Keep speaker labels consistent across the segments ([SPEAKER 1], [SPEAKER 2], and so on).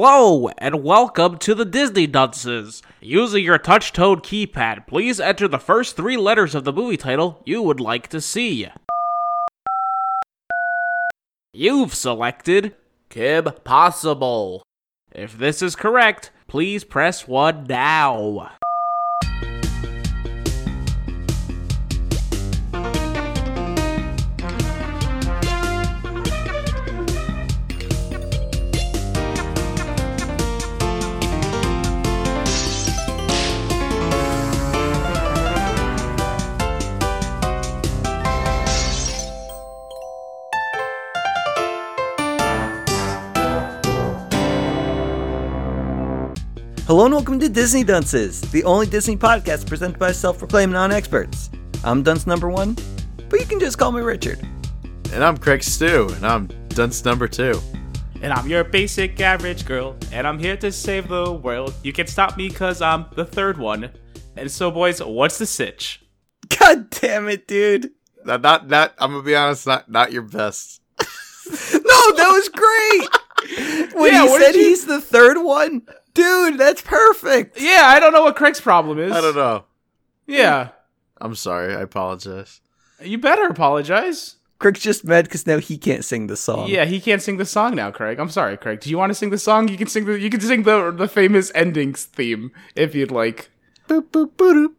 [SPEAKER 1] Hello, and welcome to the Disney Dunces. Using your touch tone keypad, please enter the first three letters of the movie title you would like to see. You've selected Kim Possible. If this is correct, please press 1 now.
[SPEAKER 2] Hello and welcome to Disney Dunces, the only Disney podcast presented by self-proclaimed non-experts. I'm dunce number one, but you can just call me Richard.
[SPEAKER 3] And I'm Craig Stew, and I'm dunce number two.
[SPEAKER 4] And I'm your basic average girl, and I'm here to save the world. You can stop me because I'm the third one. And so, boys, what's the sitch?
[SPEAKER 2] God damn it, dude!
[SPEAKER 3] Not, not, not I'm gonna be honest, not, not your best.
[SPEAKER 2] No, that was great. when
[SPEAKER 4] Yeah,
[SPEAKER 2] he
[SPEAKER 4] what
[SPEAKER 2] said
[SPEAKER 4] did you-
[SPEAKER 2] he's the third one, dude, that's perfect.
[SPEAKER 4] Yeah, I don't know what Craig's problem is.
[SPEAKER 3] I don't know.
[SPEAKER 4] Yeah.
[SPEAKER 3] I'm sorry. I apologize.
[SPEAKER 4] You better apologize.
[SPEAKER 2] Crick's just mad because now he can't sing the song.
[SPEAKER 4] Yeah, he can't sing the song now, Craig. I'm sorry, Craig. Do you want to sing the song? You can sing the you can sing the the famous endings theme if you'd like.
[SPEAKER 3] Boop, boop, boop, boop.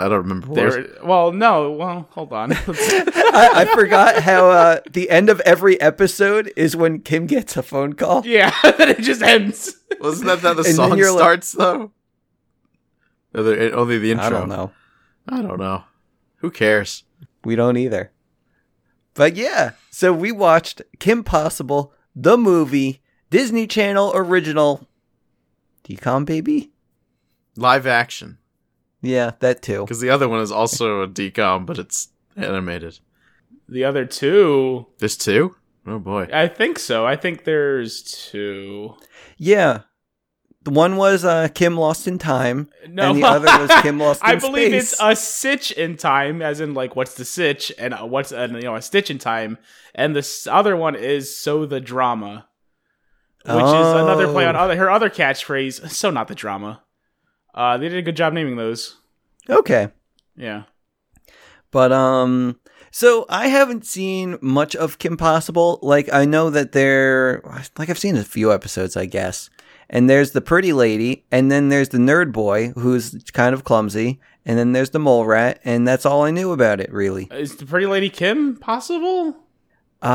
[SPEAKER 3] I don't remember.
[SPEAKER 4] There.
[SPEAKER 3] There.
[SPEAKER 4] Well, no. Well, hold on.
[SPEAKER 2] I, I forgot how uh, the end of every episode is when Kim gets a phone call.
[SPEAKER 4] yeah, then it just ends.
[SPEAKER 3] Wasn't that how the
[SPEAKER 2] then
[SPEAKER 3] song
[SPEAKER 2] you're like-
[SPEAKER 3] starts though? No, there- only the intro.
[SPEAKER 2] I don't know.
[SPEAKER 3] I don't know. Who cares?
[SPEAKER 2] We don't either. But yeah, so we watched Kim Possible, the movie, Disney Channel original. Decom Baby?
[SPEAKER 3] Live action,
[SPEAKER 2] Yeah, that too.
[SPEAKER 3] because the other one is also a decom, but it's animated.
[SPEAKER 4] The other two
[SPEAKER 3] There's two. Oh boy.
[SPEAKER 4] I think so. I think there's two.
[SPEAKER 2] Yeah. The one was uh, Kim Lost in Time,
[SPEAKER 4] No,
[SPEAKER 2] and the other was Kim Lost in
[SPEAKER 4] I believe
[SPEAKER 2] Space.
[SPEAKER 4] it's a sitch in time, as in like what's the sitch and uh, what's uh, you know a stitch in time, and the s- other one is so the drama, which is another play on
[SPEAKER 2] Oh.
[SPEAKER 4] other her other catchphrase. So not the drama. Uh, they did a good job naming those.
[SPEAKER 2] Okay.
[SPEAKER 4] Yeah,
[SPEAKER 2] But um so I haven't seen much of Kim Possible. Like I know that there like I've seen a few episodes, I guess. And there's the pretty lady, and then there's the nerd boy who's kind of clumsy, and then there's the mole rat, and that's all I knew about it really.
[SPEAKER 4] is the pretty lady Kim possible?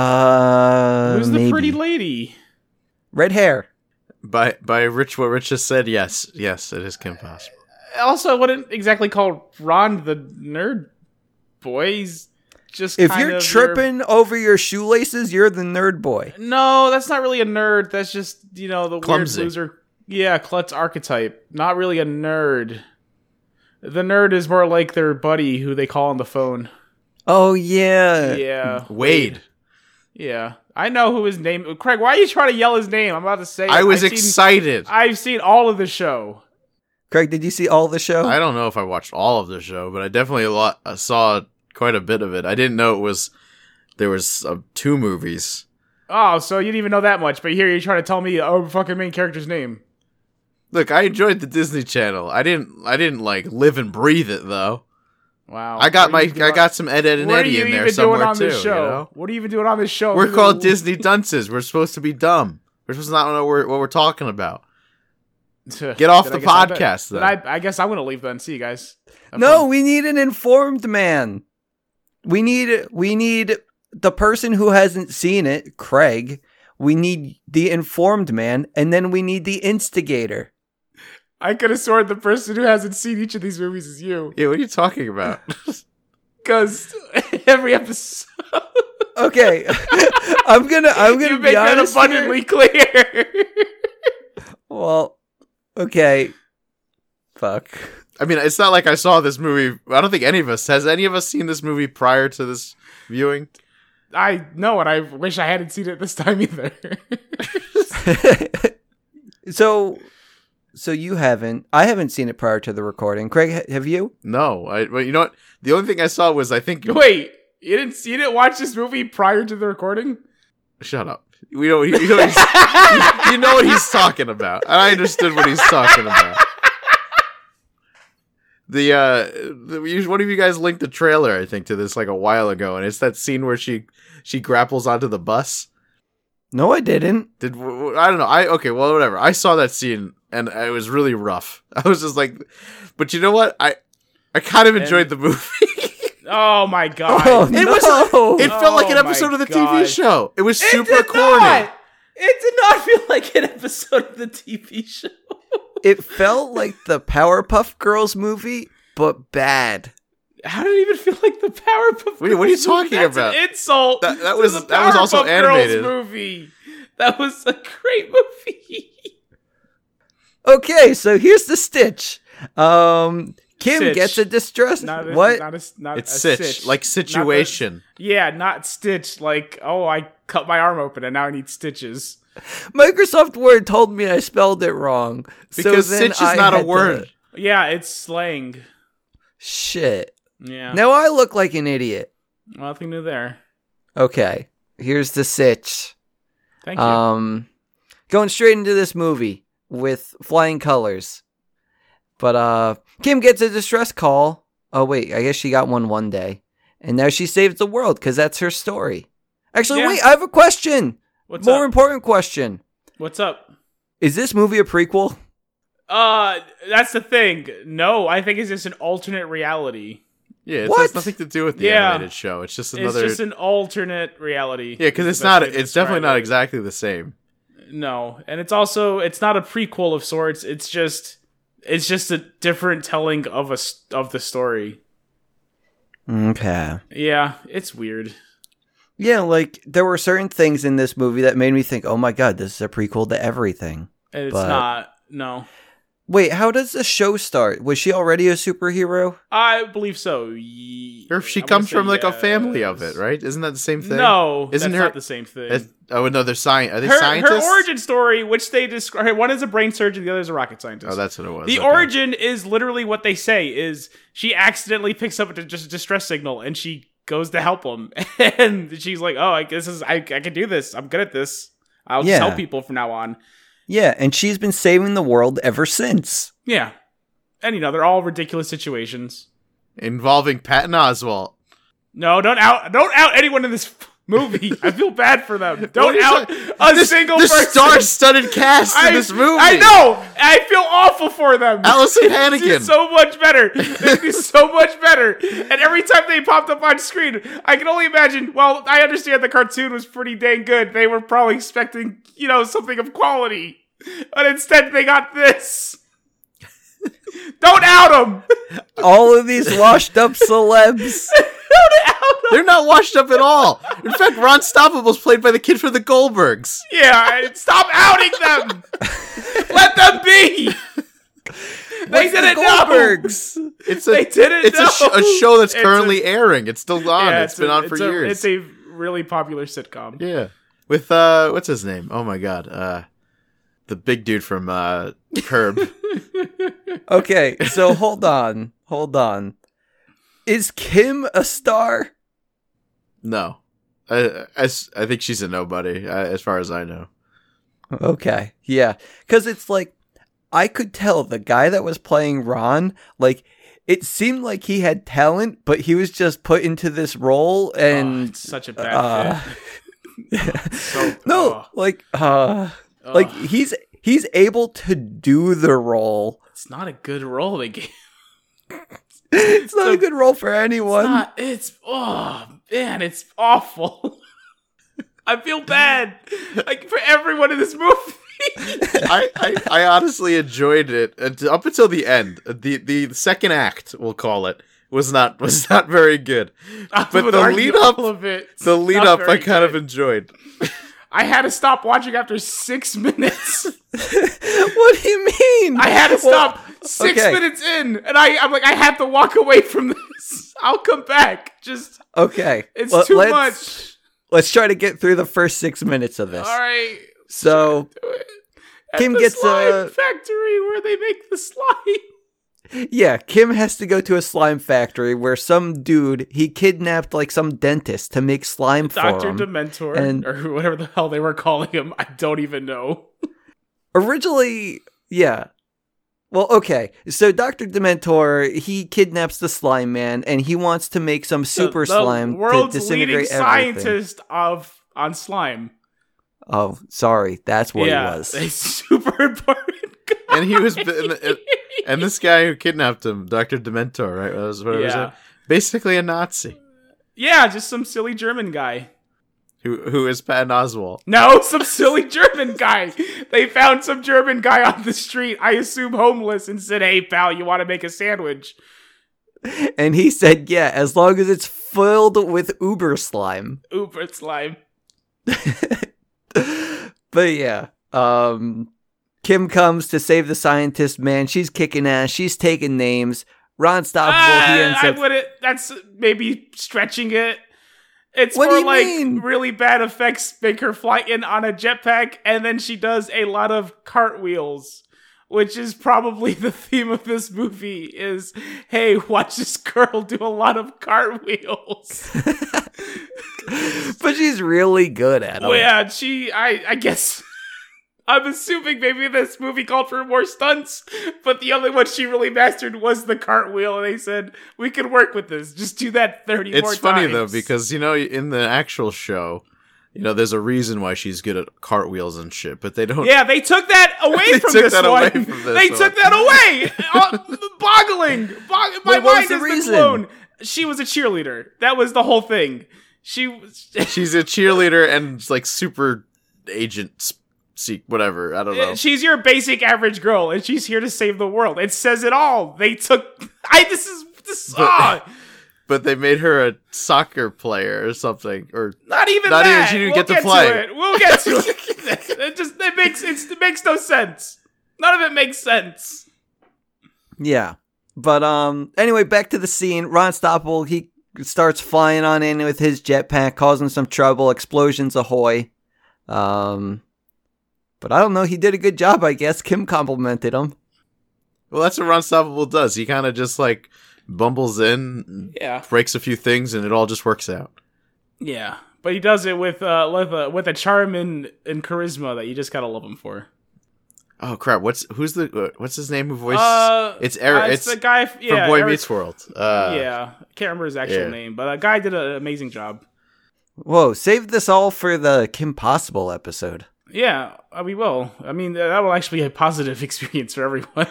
[SPEAKER 2] Uh
[SPEAKER 4] Who's the
[SPEAKER 2] maybe.
[SPEAKER 4] pretty lady?
[SPEAKER 2] Red hair.
[SPEAKER 3] By by Rich, what Rich just said. Yes, yes, it is Kim Possible.
[SPEAKER 4] Also, I wouldn't exactly call Ron the nerd boy. He's just
[SPEAKER 2] If
[SPEAKER 4] kind
[SPEAKER 2] you're
[SPEAKER 4] of your-
[SPEAKER 2] tripping over your shoelaces, you're the nerd boy.
[SPEAKER 4] No, that's not really a nerd. That's just you know the
[SPEAKER 3] Clumsy.
[SPEAKER 4] weird loser. Yeah, klutz archetype. Not really a nerd. The nerd is more like their buddy who they call on the phone.
[SPEAKER 2] Oh
[SPEAKER 3] Eh.
[SPEAKER 2] yeah.
[SPEAKER 4] Yeah,
[SPEAKER 3] Wade.
[SPEAKER 4] yeah. I know who his name. Craig, why are you trying to yell his name? I'm about to say. it.
[SPEAKER 3] I was
[SPEAKER 4] I've seen-
[SPEAKER 3] excited.
[SPEAKER 4] I've seen all of the show.
[SPEAKER 2] Craig, did you see all the show?
[SPEAKER 3] I don't know if I watched all of the show, but I definitely a lot, I saw quite a bit of it. I didn't know it was there was uh, two movies.
[SPEAKER 4] Oh, so you didn't even know that much, but here you're trying to tell me oh fucking main character's name.
[SPEAKER 3] Look, I enjoyed the Disney Channel. I didn't I didn't like live and breathe it though.
[SPEAKER 4] Wow.
[SPEAKER 3] I got
[SPEAKER 4] Oh,
[SPEAKER 3] my
[SPEAKER 4] What are you
[SPEAKER 3] I
[SPEAKER 4] doing-
[SPEAKER 3] got some Ed Ed and
[SPEAKER 4] what are
[SPEAKER 3] Eddie
[SPEAKER 4] you
[SPEAKER 3] in there
[SPEAKER 4] even doing
[SPEAKER 3] somewhere
[SPEAKER 4] on
[SPEAKER 3] too.
[SPEAKER 4] this show? Oh,
[SPEAKER 3] You know?
[SPEAKER 4] What are you even doing on this show?
[SPEAKER 3] We're
[SPEAKER 4] This is
[SPEAKER 3] called
[SPEAKER 4] a-
[SPEAKER 3] Disney Dunces. We're supposed to be dumb. We're supposed to not know what we're, what we're talking about. Get off
[SPEAKER 4] Then I
[SPEAKER 3] the
[SPEAKER 4] guess I bet-
[SPEAKER 3] podcast,
[SPEAKER 4] then
[SPEAKER 3] then.
[SPEAKER 4] I, I guess I'm gonna leave then. See you guys. Have
[SPEAKER 2] No,
[SPEAKER 4] fun.
[SPEAKER 2] we need an informed man. We need we need the person who hasn't seen it, Craig. We need the informed man, and then we need the instigator.
[SPEAKER 4] I could have sworn the person who hasn't seen each of these movies is you,
[SPEAKER 3] Yeah, what are you talking about?
[SPEAKER 4] because every episode
[SPEAKER 2] Okay, I'm gonna I'm gonna
[SPEAKER 4] you
[SPEAKER 2] be
[SPEAKER 4] make that
[SPEAKER 2] honest here.
[SPEAKER 4] abundantly clear.
[SPEAKER 2] Well, okay, fuck.
[SPEAKER 3] I mean, it's not like I saw this movie. I don't think any of us has any of us seen this movie prior to this viewing.
[SPEAKER 4] I know, and I wish I hadn't seen it this time either.
[SPEAKER 2] so, so you haven't? I haven't seen it prior to the recording. Craig, ha- have you?
[SPEAKER 3] No, I. Well, you know what? The only thing I saw was I think.
[SPEAKER 4] Wait, you didn't you didn't watch this movie prior to the recording?
[SPEAKER 3] Shut up. We don't. You know, he's- you know what he's talking about. I understood what he's talking about. The uh, the, you- one of you guys linked a trailer, I think, to this like a while ago, and it's that scene where she she grapples onto the bus.
[SPEAKER 2] No, I didn't.
[SPEAKER 3] Did w- w- I don't know? I okay, well, whatever. I saw that scene, and it was really rough. I was just like, but you know what? I I kind of enjoyed the movie.
[SPEAKER 4] Oh my god.
[SPEAKER 2] Oh
[SPEAKER 3] It
[SPEAKER 2] no!
[SPEAKER 3] was- It felt like an
[SPEAKER 4] Oh my
[SPEAKER 3] episode of the
[SPEAKER 4] God.
[SPEAKER 3] TV show. It was
[SPEAKER 4] It
[SPEAKER 3] super
[SPEAKER 4] did
[SPEAKER 3] corny.
[SPEAKER 4] not! It did not feel like an episode of the TV show.
[SPEAKER 2] it felt like the Powerpuff Girls movie, but bad.
[SPEAKER 4] How did it even feel like the Powerpuff?
[SPEAKER 3] Wait, what are you
[SPEAKER 4] Girls
[SPEAKER 3] talking
[SPEAKER 4] movie? That's
[SPEAKER 3] about?
[SPEAKER 4] An insult.
[SPEAKER 3] That- that
[SPEAKER 4] to
[SPEAKER 3] was-
[SPEAKER 4] the
[SPEAKER 3] that was also
[SPEAKER 4] Powerpuff Girls
[SPEAKER 3] animated.
[SPEAKER 4] movie. That was a great movie.
[SPEAKER 2] Okay, so here's the stitch. Um, Kim
[SPEAKER 4] Stitch.
[SPEAKER 2] gets a distress.
[SPEAKER 4] Not a,
[SPEAKER 2] what?
[SPEAKER 4] Not a, not
[SPEAKER 3] It's
[SPEAKER 4] a
[SPEAKER 3] Sitch, like
[SPEAKER 4] Not a-
[SPEAKER 3] situation.
[SPEAKER 4] yeah, not Stitch. Like, oh, I cut my arm open and now I need stitches.
[SPEAKER 2] Microsoft Word told me I spelled it wrong.
[SPEAKER 3] Because
[SPEAKER 2] so then
[SPEAKER 3] Sitch is
[SPEAKER 2] I
[SPEAKER 3] not a
[SPEAKER 2] had to-
[SPEAKER 3] word.
[SPEAKER 4] Yeah, it's slang.
[SPEAKER 2] Shit.
[SPEAKER 4] Yeah.
[SPEAKER 2] Now I look like an idiot.
[SPEAKER 4] Nothing new there.
[SPEAKER 2] Okay, here's the sitch.
[SPEAKER 4] Thank you.
[SPEAKER 3] Uh,
[SPEAKER 2] Um, going straight into this movie with flying colors. But uh, Kim gets a distress call. Oh wait, I guess she got one one day, and now she saves the world because that's her story. Actually,
[SPEAKER 4] Yeah.
[SPEAKER 2] wait, I have a question.
[SPEAKER 4] What's
[SPEAKER 2] More
[SPEAKER 4] up?
[SPEAKER 2] important question:
[SPEAKER 4] What's up?
[SPEAKER 2] Is this movie a prequel?
[SPEAKER 4] Uh, that's the thing. No, I think it's just an alternate reality.
[SPEAKER 3] Yeah, it
[SPEAKER 2] What?
[SPEAKER 3] has nothing to do with the
[SPEAKER 4] Yeah.
[SPEAKER 3] animated show. It's just another.
[SPEAKER 4] It's just an alternate reality.
[SPEAKER 3] yeah, because it's
[SPEAKER 4] Best
[SPEAKER 3] not.
[SPEAKER 4] way to
[SPEAKER 3] It's definitely
[SPEAKER 4] describe
[SPEAKER 3] not
[SPEAKER 4] it.
[SPEAKER 3] exactly the same.
[SPEAKER 4] No, and it's also it's not a prequel of sorts. It's just it's just a different telling of a s- of the story.
[SPEAKER 2] Okay.
[SPEAKER 4] Yeah, it's weird.
[SPEAKER 2] Yeah, like there were certain things in this movie that made me think, "Oh my god, this is a prequel to everything."
[SPEAKER 4] And It's
[SPEAKER 2] But-
[SPEAKER 4] not. No,
[SPEAKER 2] Wait, how does the show start? Was she already a superhero?
[SPEAKER 4] I believe so. Ye-
[SPEAKER 3] Or if she
[SPEAKER 4] I wanna
[SPEAKER 3] comes
[SPEAKER 4] say
[SPEAKER 3] from like a family
[SPEAKER 4] yes.
[SPEAKER 3] of it, right? Isn't that the same thing?
[SPEAKER 4] No,
[SPEAKER 3] Isn't
[SPEAKER 4] isn't
[SPEAKER 3] her-
[SPEAKER 4] not the same thing.
[SPEAKER 3] It's- oh no, they're sci- Are they
[SPEAKER 4] her,
[SPEAKER 3] scientists?
[SPEAKER 4] her origin story, which they describe, one is a brain surgeon, the other is a rocket scientist.
[SPEAKER 3] Oh, that's what it was.
[SPEAKER 4] The
[SPEAKER 3] okay.
[SPEAKER 4] origin is literally what they say is she accidentally picks up a just distress signal and she goes to help him and she's like, "Oh, I this is I I can do this. I'm good at this. I'll
[SPEAKER 2] Yeah.
[SPEAKER 4] just help people from now on."
[SPEAKER 2] Yeah, and she's been saving the world ever since.
[SPEAKER 4] Yeah. And you know, they're all ridiculous situations.
[SPEAKER 3] involving Patton Oswalt.
[SPEAKER 4] No, don't out don't out anyone in this f- movie. I feel bad for them.
[SPEAKER 3] What are
[SPEAKER 4] Don't
[SPEAKER 3] you
[SPEAKER 4] out
[SPEAKER 3] talking-
[SPEAKER 4] a
[SPEAKER 3] this,
[SPEAKER 4] single
[SPEAKER 3] this
[SPEAKER 4] person.
[SPEAKER 3] star-studded cast in this movie.
[SPEAKER 4] I know. I feel awful for them.
[SPEAKER 3] Allison Hannigan.
[SPEAKER 4] She's so much better. She's so much better. And every time they popped up on screen, I can only imagine. Well, I understand the cartoon was pretty dang good. They were probably expecting, you know, something of quality, but instead they got this. Don't out them.
[SPEAKER 2] All of these washed up celebs.
[SPEAKER 4] Don't out them.
[SPEAKER 3] They're not washed up at all. In fact, Ron Stoppable's played by the kid from the Goldbergs.
[SPEAKER 4] Yeah, and stop outing them. Let them be. They
[SPEAKER 2] What's the
[SPEAKER 4] didn't know.
[SPEAKER 2] Goldbergs?
[SPEAKER 3] It's a
[SPEAKER 4] They didn't
[SPEAKER 3] it's a, sh-
[SPEAKER 4] know.
[SPEAKER 3] a show that's
[SPEAKER 4] It's a-
[SPEAKER 3] currently airing. It's still on.
[SPEAKER 4] Yeah,
[SPEAKER 3] it's been
[SPEAKER 4] a-
[SPEAKER 3] on for
[SPEAKER 4] it's a-
[SPEAKER 3] years.
[SPEAKER 4] It's a really popular sitcom.
[SPEAKER 3] Yeah. With uh what's his name? Oh my god. Uh the big dude from uh Curb.
[SPEAKER 2] Okay, so hold on. Hold on. Is Kim a star?
[SPEAKER 3] no. I, I s- I think she's a nobody uh, as far as I know.
[SPEAKER 2] Okay. Yeah. Cuz it's like I could tell the guy that was playing Ron, like it seemed like he had talent, but he was just put into this role
[SPEAKER 4] Oh,
[SPEAKER 2] and
[SPEAKER 4] it's such a bad
[SPEAKER 2] uh,
[SPEAKER 4] fit. So,
[SPEAKER 2] no,
[SPEAKER 4] oh,
[SPEAKER 2] like uh
[SPEAKER 4] oh,
[SPEAKER 2] like he's he's able to do the role.
[SPEAKER 4] it's not a good role they gave.
[SPEAKER 2] It's not a
[SPEAKER 4] So-
[SPEAKER 2] good role for anyone.
[SPEAKER 4] It's, not, Ah, it's oh man, it's awful. I feel bad, like for everyone in this movie.
[SPEAKER 3] I, I, I honestly enjoyed it unt- up until the end. The the second act, we'll call it, was not was not very good.
[SPEAKER 4] I
[SPEAKER 3] But
[SPEAKER 4] would
[SPEAKER 3] the
[SPEAKER 4] argue
[SPEAKER 3] lead up-
[SPEAKER 4] all of it, It's
[SPEAKER 3] The lead
[SPEAKER 4] not
[SPEAKER 3] up I
[SPEAKER 4] very
[SPEAKER 3] kind of
[SPEAKER 4] good.
[SPEAKER 3] enjoyed.
[SPEAKER 4] I had to stop watching after six minutes.
[SPEAKER 2] what do you mean?
[SPEAKER 4] I had to
[SPEAKER 2] Well,
[SPEAKER 4] stop six
[SPEAKER 2] okay.
[SPEAKER 4] minutes in, and I I'm like I have to walk away from this. I'll come back. Just
[SPEAKER 2] okay.
[SPEAKER 4] it's
[SPEAKER 2] Well,
[SPEAKER 4] too
[SPEAKER 2] let's-
[SPEAKER 4] much.
[SPEAKER 2] Let's try to get through the first six minutes of this.
[SPEAKER 4] All right.
[SPEAKER 2] So
[SPEAKER 4] At
[SPEAKER 2] Kim
[SPEAKER 4] the
[SPEAKER 2] gets uh,
[SPEAKER 4] slime
[SPEAKER 2] a-
[SPEAKER 4] factory where they make the slime.
[SPEAKER 2] yeah, Kim has to go to a slime factory where some dude he kidnapped like some dentist to make slime for
[SPEAKER 4] Doctor
[SPEAKER 2] him.
[SPEAKER 4] Dementor
[SPEAKER 2] And-
[SPEAKER 4] or whatever the hell they were calling him. I don't even know.
[SPEAKER 2] Originally, yeah. Well, okay. So Dr. Dementor, he kidnaps the slime man and he wants to make some super
[SPEAKER 4] the, the
[SPEAKER 2] slime to
[SPEAKER 4] world's leading
[SPEAKER 2] disintegrate everything.
[SPEAKER 4] scientist of on slime.
[SPEAKER 2] Oh, sorry. That's what
[SPEAKER 4] yeah,
[SPEAKER 2] he was.
[SPEAKER 4] it's super important.
[SPEAKER 3] and he was and, and this guy who kidnapped him, Doctor Dementor, right? That was what it was
[SPEAKER 4] Yeah.
[SPEAKER 3] it? Basically a Nazi
[SPEAKER 4] yeah, just some silly German guy.
[SPEAKER 3] who who is Patton Oswald.
[SPEAKER 4] No, some silly German guy. They found some German guy on the street, I assume homeless, and said, "Hey, pal, you want to make a sandwich?"
[SPEAKER 2] And he said, yeah, as long as it's filled with Uber slime.
[SPEAKER 4] Uber slime.
[SPEAKER 2] but yeah, um, Kim comes to save the scientist man. She's kicking ass. She's taking names. Ron Stoppable. he
[SPEAKER 4] Ah,
[SPEAKER 2] ends
[SPEAKER 4] I
[SPEAKER 2] up.
[SPEAKER 4] wouldn't. That's maybe stretching it. It's
[SPEAKER 2] What do
[SPEAKER 4] more
[SPEAKER 2] you
[SPEAKER 4] like
[SPEAKER 2] mean?
[SPEAKER 4] really bad effects make her fly in on a jetpack, and then she does a lot of cartwheels, which is probably the theme of this movie. Is hey, watch this girl do a lot of cartwheels.
[SPEAKER 2] But she's really good at it.
[SPEAKER 3] Oh,
[SPEAKER 4] well, yeah, she. I. I guess. I'm assuming maybe this movie called for more stunts, but the only one she really mastered was the cartwheel, and they said we could work with this. Just do that thirty. more
[SPEAKER 3] It's funny though
[SPEAKER 4] times."
[SPEAKER 3] because you know in the actual show, you know there's a reason why she's good at cartwheels and shit, but they don't.
[SPEAKER 4] Yeah, they took that away
[SPEAKER 3] They
[SPEAKER 4] from
[SPEAKER 3] took
[SPEAKER 4] this
[SPEAKER 3] that
[SPEAKER 4] one.
[SPEAKER 3] away from this
[SPEAKER 4] they
[SPEAKER 3] one.
[SPEAKER 4] took that away. Uh, boggling. Bog- my
[SPEAKER 2] Wait, what was
[SPEAKER 4] mind
[SPEAKER 2] the
[SPEAKER 4] is
[SPEAKER 2] reason?
[SPEAKER 4] the clone. She was a cheerleader. That was the whole thing. She was.
[SPEAKER 3] She's a cheerleader and like super agent, seek whatever. I don't know.
[SPEAKER 4] Uh, She's your basic average girl, and she's here to save the world. It says it all. They took. I. This is. This. ah,
[SPEAKER 3] but they made her a soccer player or something. Or
[SPEAKER 4] not even
[SPEAKER 3] Not even-
[SPEAKER 4] that.
[SPEAKER 3] she didn't
[SPEAKER 4] we'll
[SPEAKER 3] get to
[SPEAKER 4] get
[SPEAKER 3] play.
[SPEAKER 4] To it. We'll get to it. it just. It makes. It's, it makes no sense. None of it makes sense.
[SPEAKER 2] Yeah. But um anyway, back to the scene. Ron Stoppel, he starts flying on in with his jetpack, causing some trouble, explosions ahoy. Um But I don't know, he did a good job, I guess. Kim complimented him.
[SPEAKER 3] well, that's what Ron Stoppable does. He kind of just like bumbles in,
[SPEAKER 4] Yeah.
[SPEAKER 3] breaks a few things, and it all just works out.
[SPEAKER 4] Yeah, but he does it with uh with a with a charm and, and charisma that you just gotta love him for.
[SPEAKER 3] Oh crap! What's who's the what's his name who voices?
[SPEAKER 4] Uh,
[SPEAKER 3] it's Eric.
[SPEAKER 4] uh,
[SPEAKER 3] it's
[SPEAKER 4] the guy. f-
[SPEAKER 3] from
[SPEAKER 4] Yeah,
[SPEAKER 3] Boy
[SPEAKER 4] Eric-
[SPEAKER 3] Meets World. Uh,
[SPEAKER 4] yeah, can't remember his actual
[SPEAKER 3] yeah.
[SPEAKER 4] name, but a guy did an amazing job.
[SPEAKER 2] Whoa, save this all for the Kim Possible episode.
[SPEAKER 4] Yeah, uh, we will. I mean, uh, that will actually be a positive experience for everyone.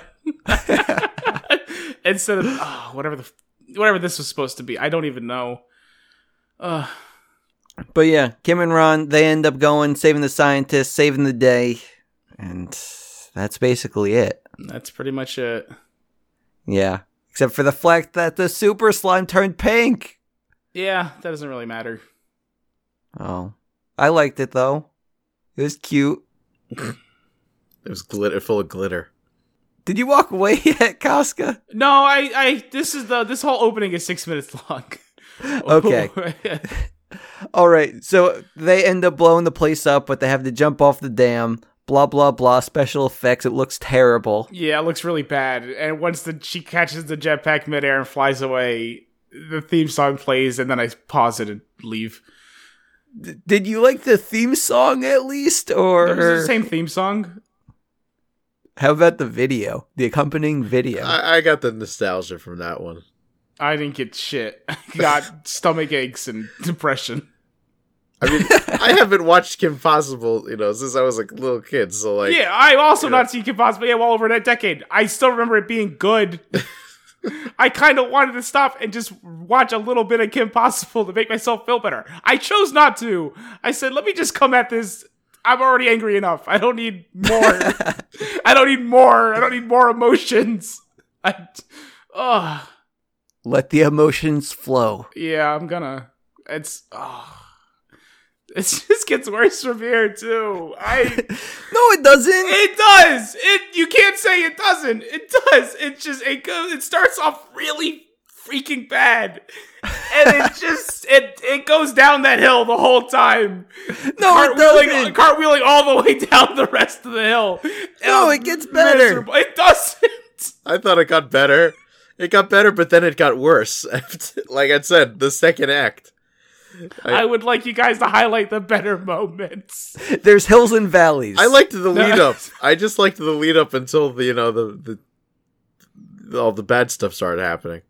[SPEAKER 4] Instead of ah, whatever the f- whatever this was supposed to be, I don't even know. Uh,
[SPEAKER 2] But yeah, Kim and Ron, they end up going, saving the scientist, saving the day, and that's basically it.
[SPEAKER 4] that's pretty much it.
[SPEAKER 2] Yeah. Except for the fact that the super slime turned pink.
[SPEAKER 4] Yeah, that doesn't really matter.
[SPEAKER 2] Oh. I liked it though. It was cute.
[SPEAKER 3] it was glitter, full of glitter.
[SPEAKER 2] Did you walk away yet, Casca?
[SPEAKER 4] No, I, I, this is the, this whole opening is six minutes long.
[SPEAKER 2] Okay. All right. So they end up blowing the place up, but they have to jump off the dam. Blah blah blah. Special effects. It looks terrible.
[SPEAKER 4] yeah, it looks really bad. And once the she catches the jetpack midair and flies away, the theme song plays, and then I pause it and leave.
[SPEAKER 2] D- did you like the theme song at least,
[SPEAKER 4] It was
[SPEAKER 2] or
[SPEAKER 4] the same theme song.
[SPEAKER 2] how about the video, the accompanying video?
[SPEAKER 3] I, I got the nostalgia from that one.
[SPEAKER 4] I didn't get shit. I got stomach aches and depression.
[SPEAKER 3] I mean, I haven't watched Kim Possible, you know, since I was like a little kid. So like,
[SPEAKER 4] yeah, I also
[SPEAKER 3] you know-
[SPEAKER 4] not seen Kim Possible yeah, well over that decade. I still remember it being good. I kind of wanted to stop and just watch a little bit of Kim Possible to make myself feel better. I chose not to. I said, let me just come at this. I'm already angry enough. I don't need more. I don't need more. I don't need more emotions. I, oh,
[SPEAKER 2] Let the emotions flow.
[SPEAKER 4] yeah, I'm gonna. It's, oh. It just gets worse from here, too. I.
[SPEAKER 2] No, it doesn't.
[SPEAKER 4] It does. It you can't say it doesn't. It does. It just it goes. It starts off really freaking bad, and it just it it goes down that hill the whole time.
[SPEAKER 2] No, it
[SPEAKER 4] cartwheeling,
[SPEAKER 2] doesn't.
[SPEAKER 4] cartwheeling all the way down the rest of the hill.
[SPEAKER 2] No,
[SPEAKER 4] Um,
[SPEAKER 2] it gets better.
[SPEAKER 4] miserable. It doesn't.
[SPEAKER 3] I thought it got better. It got better, but then it got worse. like I said, the second act.
[SPEAKER 4] I would like you guys to highlight the better moments.
[SPEAKER 2] There's hills and valleys.
[SPEAKER 3] I liked the lead up. I just liked the lead up until the you know the the all the bad stuff started happening.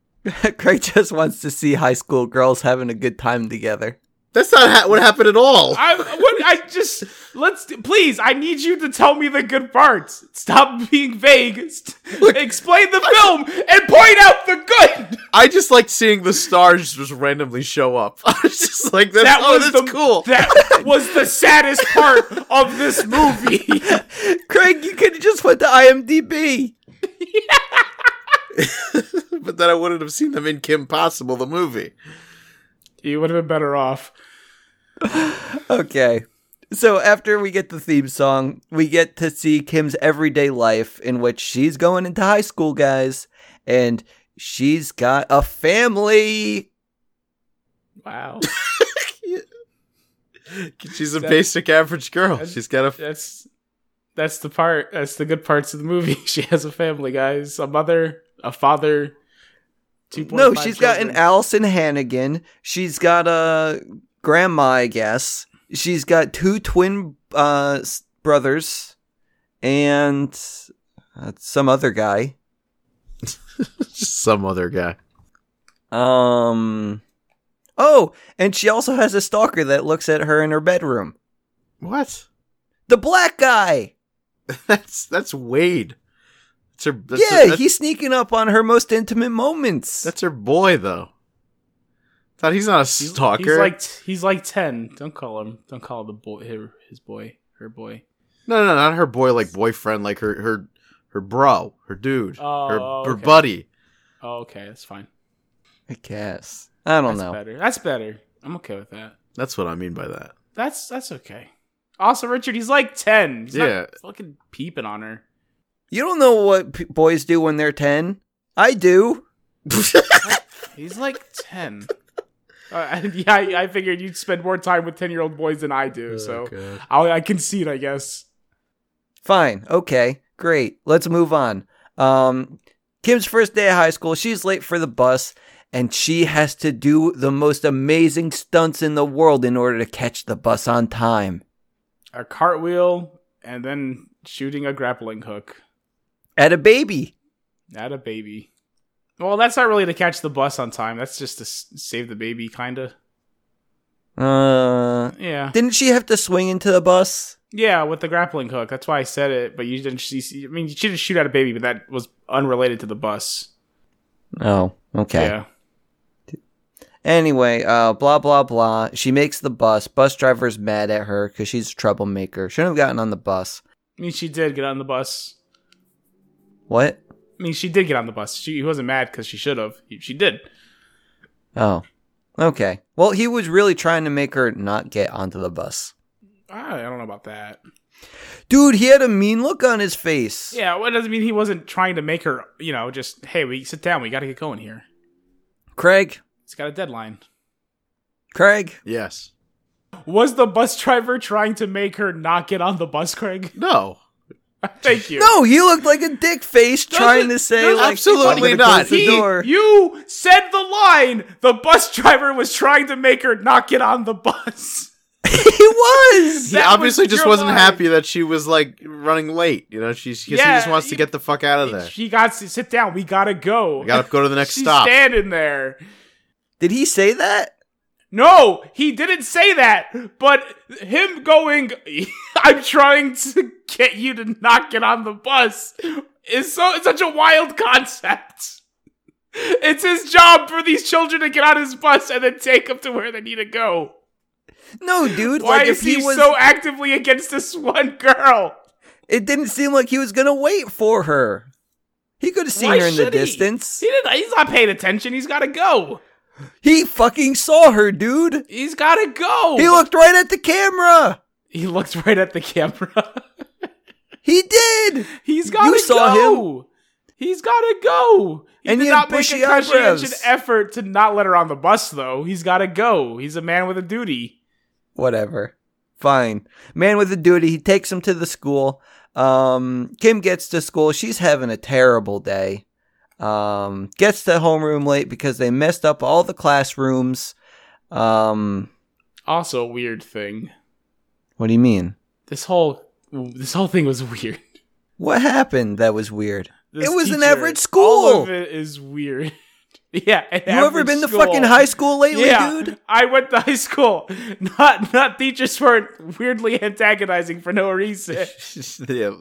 [SPEAKER 2] Craig just wants to see high school girls having a good time together.
[SPEAKER 3] That's not ha- what happened at all.
[SPEAKER 4] I what, I just let's please. I need you to tell me the good parts. Stop being vague. St- explain the film and point out the good.
[SPEAKER 3] I just liked seeing the stars just randomly show up. I was just like, that's,
[SPEAKER 4] That
[SPEAKER 3] oh,
[SPEAKER 4] was
[SPEAKER 3] that's
[SPEAKER 4] the
[SPEAKER 3] cool.
[SPEAKER 4] That was the saddest part of this movie.
[SPEAKER 2] Craig, you could have just went to IMDb.
[SPEAKER 3] but then I wouldn't have seen them in Kim Possible, the movie.
[SPEAKER 4] You would have been better off.
[SPEAKER 2] Okay. So after we get the theme song, we get to see Kim's everyday life in which she's going into high school, guys, and she's got a family.
[SPEAKER 4] Wow,
[SPEAKER 3] She's a
[SPEAKER 4] That-
[SPEAKER 3] basic average girl. She's got a
[SPEAKER 4] that's that's the part. That's the good parts of the movie. She has a family, guys. A mother, a father. Two point
[SPEAKER 2] No,
[SPEAKER 4] five
[SPEAKER 2] she's got an
[SPEAKER 4] children.
[SPEAKER 2] Allison Hannigan. She's got a grandma, I guess. She's got two twin uh, s- brothers and uh, some other guy.
[SPEAKER 3] just some other guy.
[SPEAKER 2] Um. Oh, and she also has a stalker that looks at her in her bedroom.
[SPEAKER 3] What?
[SPEAKER 2] The black guy.
[SPEAKER 3] That's that's Wade. That's her. That's
[SPEAKER 2] yeah,
[SPEAKER 3] her, that's,
[SPEAKER 2] he's sneaking up on her most intimate moments.
[SPEAKER 3] that's her boy though. Thought he's not a
[SPEAKER 4] He's-
[SPEAKER 3] stalker.
[SPEAKER 4] He's like he's like ten. Don't call him. Don't call the boy her, his boy her boy.
[SPEAKER 3] no, no, not her boy. Like boyfriend. Like her her her bro. Her dude.
[SPEAKER 4] Oh,
[SPEAKER 3] her
[SPEAKER 4] oh,
[SPEAKER 3] her
[SPEAKER 4] okay.
[SPEAKER 3] buddy.
[SPEAKER 4] Oh, okay, that's fine.
[SPEAKER 2] I guess. I
[SPEAKER 4] That's
[SPEAKER 2] don't know.
[SPEAKER 4] better. That's better. I'm okay with that.
[SPEAKER 3] That's what I mean by that.
[SPEAKER 4] That's that's okay. Also, Richard, he's like ten. He's
[SPEAKER 3] Yeah.
[SPEAKER 4] not fucking peeping on her.
[SPEAKER 2] You don't know what p- boys do when they're ten. I do.
[SPEAKER 4] He's like ten. Uh, yeah, I, I figured you'd spend more time with ten-year-old boys than I do, so I'll, I concede, I guess.
[SPEAKER 2] Fine. Okay. Great. Let's move on. Um, Kim's first day of high school. She's late for the bus, and she has to do the most amazing stunts in the world in order to catch the bus on time.
[SPEAKER 4] A cartwheel and then shooting a grappling hook.
[SPEAKER 2] At a baby.
[SPEAKER 4] Not a baby. Well, that's not really to catch the bus on time. That's just to s- save the baby, kinda.
[SPEAKER 2] Uh,
[SPEAKER 4] Yeah,
[SPEAKER 2] didn't she have to swing into the bus?
[SPEAKER 4] yeah, with the grappling hook. That's why I said it. But you didn't. She, I mean, she didn't shoot at a baby, but that was unrelated to the bus.
[SPEAKER 2] Oh, okay.
[SPEAKER 4] Yeah.
[SPEAKER 2] Anyway, uh, blah blah blah. She makes the bus. Bus driver's mad at her because she's a troublemaker. Shouldn't have gotten on the bus.
[SPEAKER 4] I mean, she did get on the bus.
[SPEAKER 2] What?
[SPEAKER 4] I mean, she did get on the bus. She he wasn't mad because she should have. He- She did.
[SPEAKER 2] Oh, okay. Well, he was really trying to make her not get onto the bus.
[SPEAKER 4] I I don't know about that.
[SPEAKER 2] Dude, he had a mean look on his face.
[SPEAKER 4] Yeah, well, it doesn't mean he wasn't trying to make her. You know, just hey, we sit down. We got to get going here.
[SPEAKER 2] Craig,
[SPEAKER 4] It's got a deadline.
[SPEAKER 2] Craig,
[SPEAKER 3] Yes.
[SPEAKER 4] Was the bus driver trying to make her not get on the bus, Craig?
[SPEAKER 3] No.
[SPEAKER 4] Thank you.
[SPEAKER 2] No, he looked like a dick face trying to say
[SPEAKER 4] doesn't-
[SPEAKER 2] like
[SPEAKER 3] absolutely
[SPEAKER 2] "I'm gonna
[SPEAKER 3] not.
[SPEAKER 2] close the
[SPEAKER 4] He-
[SPEAKER 2] door.
[SPEAKER 4] You said the line. The bus driver was trying to make her not get on the bus.
[SPEAKER 2] he was.
[SPEAKER 3] He
[SPEAKER 4] That was
[SPEAKER 3] obviously just
[SPEAKER 4] your
[SPEAKER 3] wasn't
[SPEAKER 4] line.
[SPEAKER 3] happy that she was like running late. You know, she's 'cause he
[SPEAKER 4] Yeah,
[SPEAKER 3] just wants to
[SPEAKER 4] he-
[SPEAKER 3] get the fuck out of there.
[SPEAKER 4] She got to sit down. We gotta go.
[SPEAKER 3] I gotta go to the next
[SPEAKER 4] She's
[SPEAKER 3] stop.
[SPEAKER 4] standing there.
[SPEAKER 2] Did he say that?
[SPEAKER 4] No, he didn't say that. But him going, I'm trying to get you to not get on the bus is so it's such a wild concept. It's his job for these children to get on his bus and then take them to where they need to go.
[SPEAKER 2] No, dude.
[SPEAKER 4] Why
[SPEAKER 2] like
[SPEAKER 4] is
[SPEAKER 2] if he,
[SPEAKER 4] he,
[SPEAKER 2] was,
[SPEAKER 4] so actively against this one girl?
[SPEAKER 2] it didn't seem like he was gonna wait for her. He could have seen
[SPEAKER 4] Why
[SPEAKER 2] her in the
[SPEAKER 4] should he?
[SPEAKER 2] distance.
[SPEAKER 4] He didn't, he's not paying attention. He's got to go.
[SPEAKER 2] He fucking saw her, dude.
[SPEAKER 4] He's got to go.
[SPEAKER 2] He looked right at the camera.
[SPEAKER 4] He looked right at the camera.
[SPEAKER 2] He did.
[SPEAKER 4] He's got to
[SPEAKER 2] saw
[SPEAKER 4] go. He's got to go. He
[SPEAKER 2] And he
[SPEAKER 4] did
[SPEAKER 2] had
[SPEAKER 4] not make
[SPEAKER 2] bushy
[SPEAKER 4] a conscientious
[SPEAKER 2] eyebrows.
[SPEAKER 4] effort to not let her on the bus, though. He's got to go. He's a man with a duty.
[SPEAKER 2] Whatever. Fine. Man with a duty. He takes him to the school. Um, Kim gets to school. She's having a terrible day. Um, gets to homeroom late because they messed up all the classrooms. Um,
[SPEAKER 4] Also, a weird thing.
[SPEAKER 2] what do you mean?
[SPEAKER 4] This whole this whole thing was weird.
[SPEAKER 2] What happened that was weird?
[SPEAKER 4] This
[SPEAKER 2] It was an
[SPEAKER 4] teacher,
[SPEAKER 2] average
[SPEAKER 4] All of
[SPEAKER 2] school.
[SPEAKER 4] it is weird. yeah. an
[SPEAKER 2] You ever
[SPEAKER 4] average
[SPEAKER 2] been to
[SPEAKER 4] school.
[SPEAKER 2] fucking high school lately,
[SPEAKER 4] yeah,
[SPEAKER 2] dude?
[SPEAKER 4] I went to high school. Not not teachers weren't weirdly antagonizing for no reason.
[SPEAKER 3] yeah,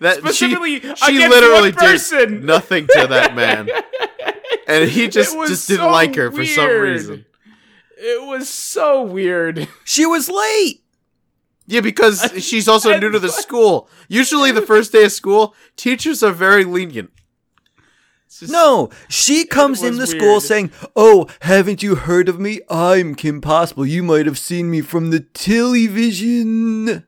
[SPEAKER 3] that
[SPEAKER 4] Specifically
[SPEAKER 3] she, she
[SPEAKER 4] against one
[SPEAKER 3] literally
[SPEAKER 4] person.
[SPEAKER 3] did nothing to that man, and he just
[SPEAKER 4] It was
[SPEAKER 3] just didn't
[SPEAKER 4] so
[SPEAKER 3] like her for some
[SPEAKER 4] weird.
[SPEAKER 3] reason.
[SPEAKER 4] It was so weird.
[SPEAKER 2] She was late.
[SPEAKER 3] Yeah, because she's also new to the school. Usually, the first day of school, teachers are very lenient.
[SPEAKER 4] It's just-
[SPEAKER 2] No, she comes in the
[SPEAKER 4] was
[SPEAKER 2] school
[SPEAKER 4] weird.
[SPEAKER 2] saying, "Oh, haven't you heard of me? I'm Kim Possible. You might have seen me from the television."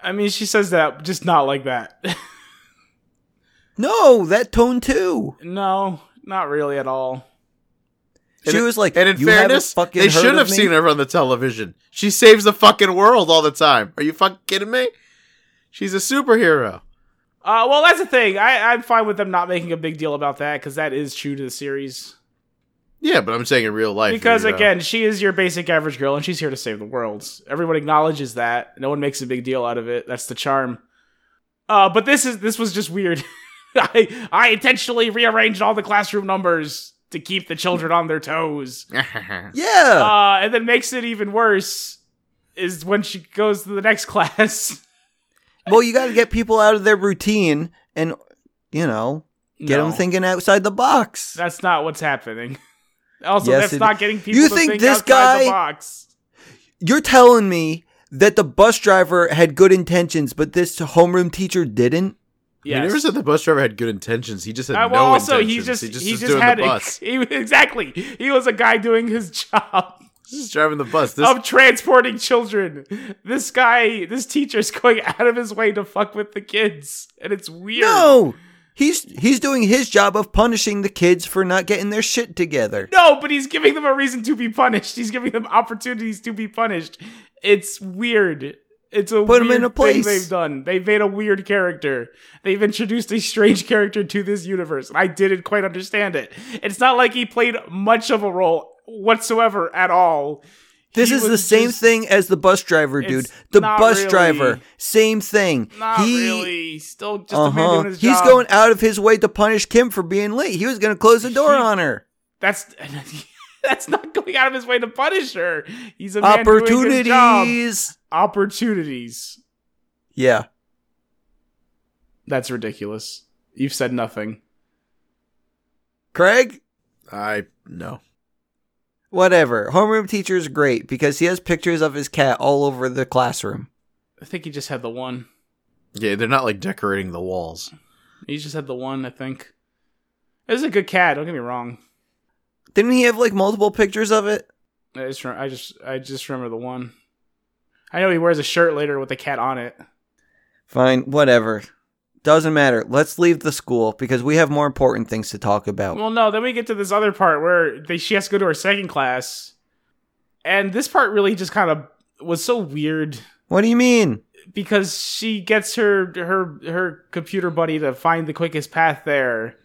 [SPEAKER 4] I mean, she says that just not like that.
[SPEAKER 2] No, that tone too.
[SPEAKER 4] no, not really at all.
[SPEAKER 2] She
[SPEAKER 3] And-
[SPEAKER 2] was like,
[SPEAKER 3] and in
[SPEAKER 2] "You haven't
[SPEAKER 3] fairness,
[SPEAKER 2] fucking
[SPEAKER 3] they
[SPEAKER 2] heard
[SPEAKER 3] should
[SPEAKER 2] of
[SPEAKER 3] have
[SPEAKER 2] me?"
[SPEAKER 3] seen her on the television. She saves the fucking world all the time. Are you fucking kidding me? She's a superhero.
[SPEAKER 4] Uh, well, that's the thing. I, I'm fine with them not making a big deal about that because that is true to the series.
[SPEAKER 3] Yeah, but I'm saying in real life
[SPEAKER 4] Because
[SPEAKER 3] you know.
[SPEAKER 4] again, she is your basic average girl, and she's here to save the world. Everyone acknowledges that. No one makes a big deal out of it. That's the charm. Uh, but this is this was just weird. I I intentionally rearranged all the classroom numbers to keep the children on their toes.
[SPEAKER 2] Yeah,
[SPEAKER 4] Uh, and then makes it even worse is when she goes to the next class.
[SPEAKER 2] well, you got to get people out of their routine and you know get them
[SPEAKER 4] No,
[SPEAKER 2] thinking outside the box.
[SPEAKER 4] That's not what's happening. Also,
[SPEAKER 2] Yes,
[SPEAKER 4] that's
[SPEAKER 2] it-
[SPEAKER 4] not getting people
[SPEAKER 2] You
[SPEAKER 4] to
[SPEAKER 2] think
[SPEAKER 4] think,
[SPEAKER 2] this
[SPEAKER 4] outside the
[SPEAKER 2] guy-
[SPEAKER 4] box.
[SPEAKER 2] You're telling me that the bus driver had good intentions, but this homeroom teacher didn't.
[SPEAKER 3] He
[SPEAKER 4] Yes.
[SPEAKER 3] never said the bus driver had good intentions. He just had
[SPEAKER 4] Uh,
[SPEAKER 3] no
[SPEAKER 4] well, also
[SPEAKER 3] intentions.
[SPEAKER 4] he just he just,
[SPEAKER 3] was doing
[SPEAKER 4] had
[SPEAKER 3] the
[SPEAKER 4] a-
[SPEAKER 3] bus.
[SPEAKER 4] he was- exactly he was a guy doing his job
[SPEAKER 3] Just driving the bus. This
[SPEAKER 4] of transporting children. This guy, this teacher's going out of his way to fuck with the kids, and it's weird.
[SPEAKER 2] No, he's he's doing his job of punishing the kids for not getting their shit together.
[SPEAKER 4] No, but he's giving them a reason to be punished. He's giving them opportunities to be punished. It's weird. It's a
[SPEAKER 2] Put
[SPEAKER 4] weird
[SPEAKER 2] him in a
[SPEAKER 4] thing
[SPEAKER 2] place.
[SPEAKER 4] they've done. They've made a weird character. They've introduced a strange character to this universe. and I didn't quite understand it. It's not like he played much of a role whatsoever at all.
[SPEAKER 2] This
[SPEAKER 4] He
[SPEAKER 2] is
[SPEAKER 4] was
[SPEAKER 2] the same
[SPEAKER 4] just
[SPEAKER 2] thing as the bus driver, dude.
[SPEAKER 4] It's
[SPEAKER 2] The
[SPEAKER 4] not
[SPEAKER 2] bus
[SPEAKER 4] really-
[SPEAKER 2] driver, same thing.
[SPEAKER 4] Not
[SPEAKER 2] he,
[SPEAKER 4] really. Still just a man
[SPEAKER 2] uh-huh.
[SPEAKER 4] doing his
[SPEAKER 2] He's
[SPEAKER 4] job.
[SPEAKER 2] going out of his way to punish Kim for being late. He was going to close the door on her.
[SPEAKER 4] That's that's not going out of his way to punish her. He's a man doing his job.
[SPEAKER 2] Opportunities.
[SPEAKER 4] Opportunities.
[SPEAKER 2] Yeah.
[SPEAKER 4] That's ridiculous. You've said nothing.
[SPEAKER 2] Craig,
[SPEAKER 3] I no.
[SPEAKER 2] whatever. Homeroom teacher is great because he has pictures of his cat all over the classroom.
[SPEAKER 4] I think he just had the one.
[SPEAKER 3] Yeah, they're not like decorating the walls.
[SPEAKER 4] He just had the one, I think. It was a good cat, don't get me wrong.
[SPEAKER 2] Didn't he have like multiple pictures of it?
[SPEAKER 4] I just rem- I just I just remember the one. I know he wears a shirt later with a cat on it.
[SPEAKER 2] Fine, whatever. Doesn't matter. Let's leave the school because we have more important things to talk about.
[SPEAKER 4] Well, no, then we get to this other part where they, she has to go to her second class. And this part really just kind of was so weird
[SPEAKER 2] What do you mean?
[SPEAKER 4] because she gets her her her computer buddy to find the quickest path there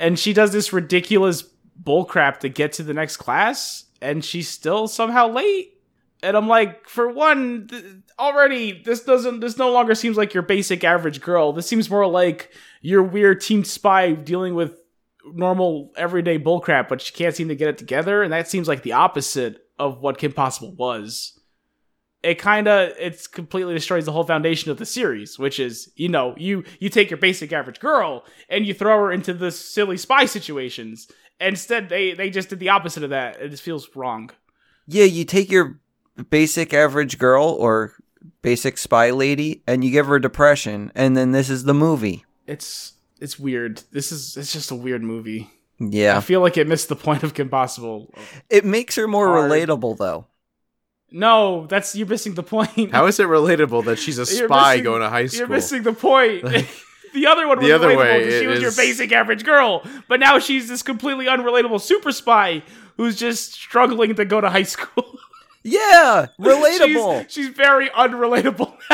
[SPEAKER 4] and she does this ridiculous bullcrap to get to the next class and she's still somehow late and i'm like for one th- already this doesn't this no longer seems like your basic average girl this seems more like your weird team spy dealing with normal everyday bullcrap but she can't seem to get it together and that seems like the opposite of what kim possible was it kind of it's completely destroys the whole foundation of the series which is you know you you take your basic average girl and you throw her into the silly spy situations instead they they just did the opposite of that it just feels wrong
[SPEAKER 2] Yeah, you take your basic average girl or basic spy lady and you give her depression, and then this is the movie.
[SPEAKER 4] it's it's weird this is it's just a weird movie i
[SPEAKER 2] Yeah.
[SPEAKER 4] feel like it missed the point of kim possible
[SPEAKER 2] It makes her more
[SPEAKER 4] Hard.
[SPEAKER 2] relatable, though.
[SPEAKER 4] no that's you're missing the point
[SPEAKER 3] How is it relatable that she's a
[SPEAKER 4] You're
[SPEAKER 3] spy
[SPEAKER 4] missing-
[SPEAKER 3] going to high school?
[SPEAKER 4] You're missing the point. the other one was
[SPEAKER 3] The other way,
[SPEAKER 4] relatable because she
[SPEAKER 3] it
[SPEAKER 4] was your
[SPEAKER 3] is-
[SPEAKER 4] basic average girl, but now she's this completely unrelatable super spy who's just struggling to go to high school.
[SPEAKER 2] Yeah, relatable.
[SPEAKER 4] She's, she's very unrelatable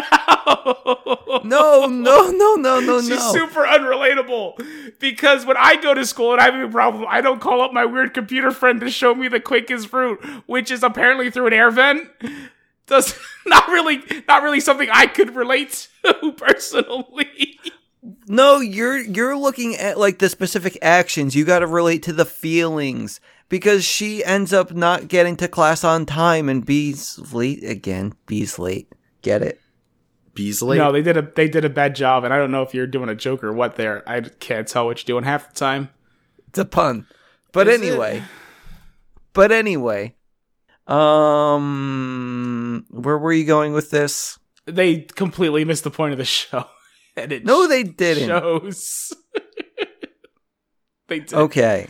[SPEAKER 4] now.
[SPEAKER 2] no, no, no, no, no,
[SPEAKER 4] She's
[SPEAKER 2] no.
[SPEAKER 4] super unrelatable because when I go to school and I have a problem, I don't call up my weird computer friend to show me the quickest route, which is apparently through an air vent. Does not really, not really something I could relate to personally.
[SPEAKER 2] no, you're you're looking at like the specific actions. You got to relate to the feelings because she ends up not getting to class on time and B's late again. B's late. Get it?
[SPEAKER 3] Beasley.
[SPEAKER 4] No, they did a they did a bad job, and I don't know if you're doing a joke or what. There, I can't tell what you're doing half the time.
[SPEAKER 2] It's a pun. But
[SPEAKER 3] Is it?
[SPEAKER 2] anyway. But anyway. Um where were you going with this?
[SPEAKER 4] They completely missed the point of the show, and it
[SPEAKER 2] No, they didn't.
[SPEAKER 4] shows. they did.
[SPEAKER 2] Okay.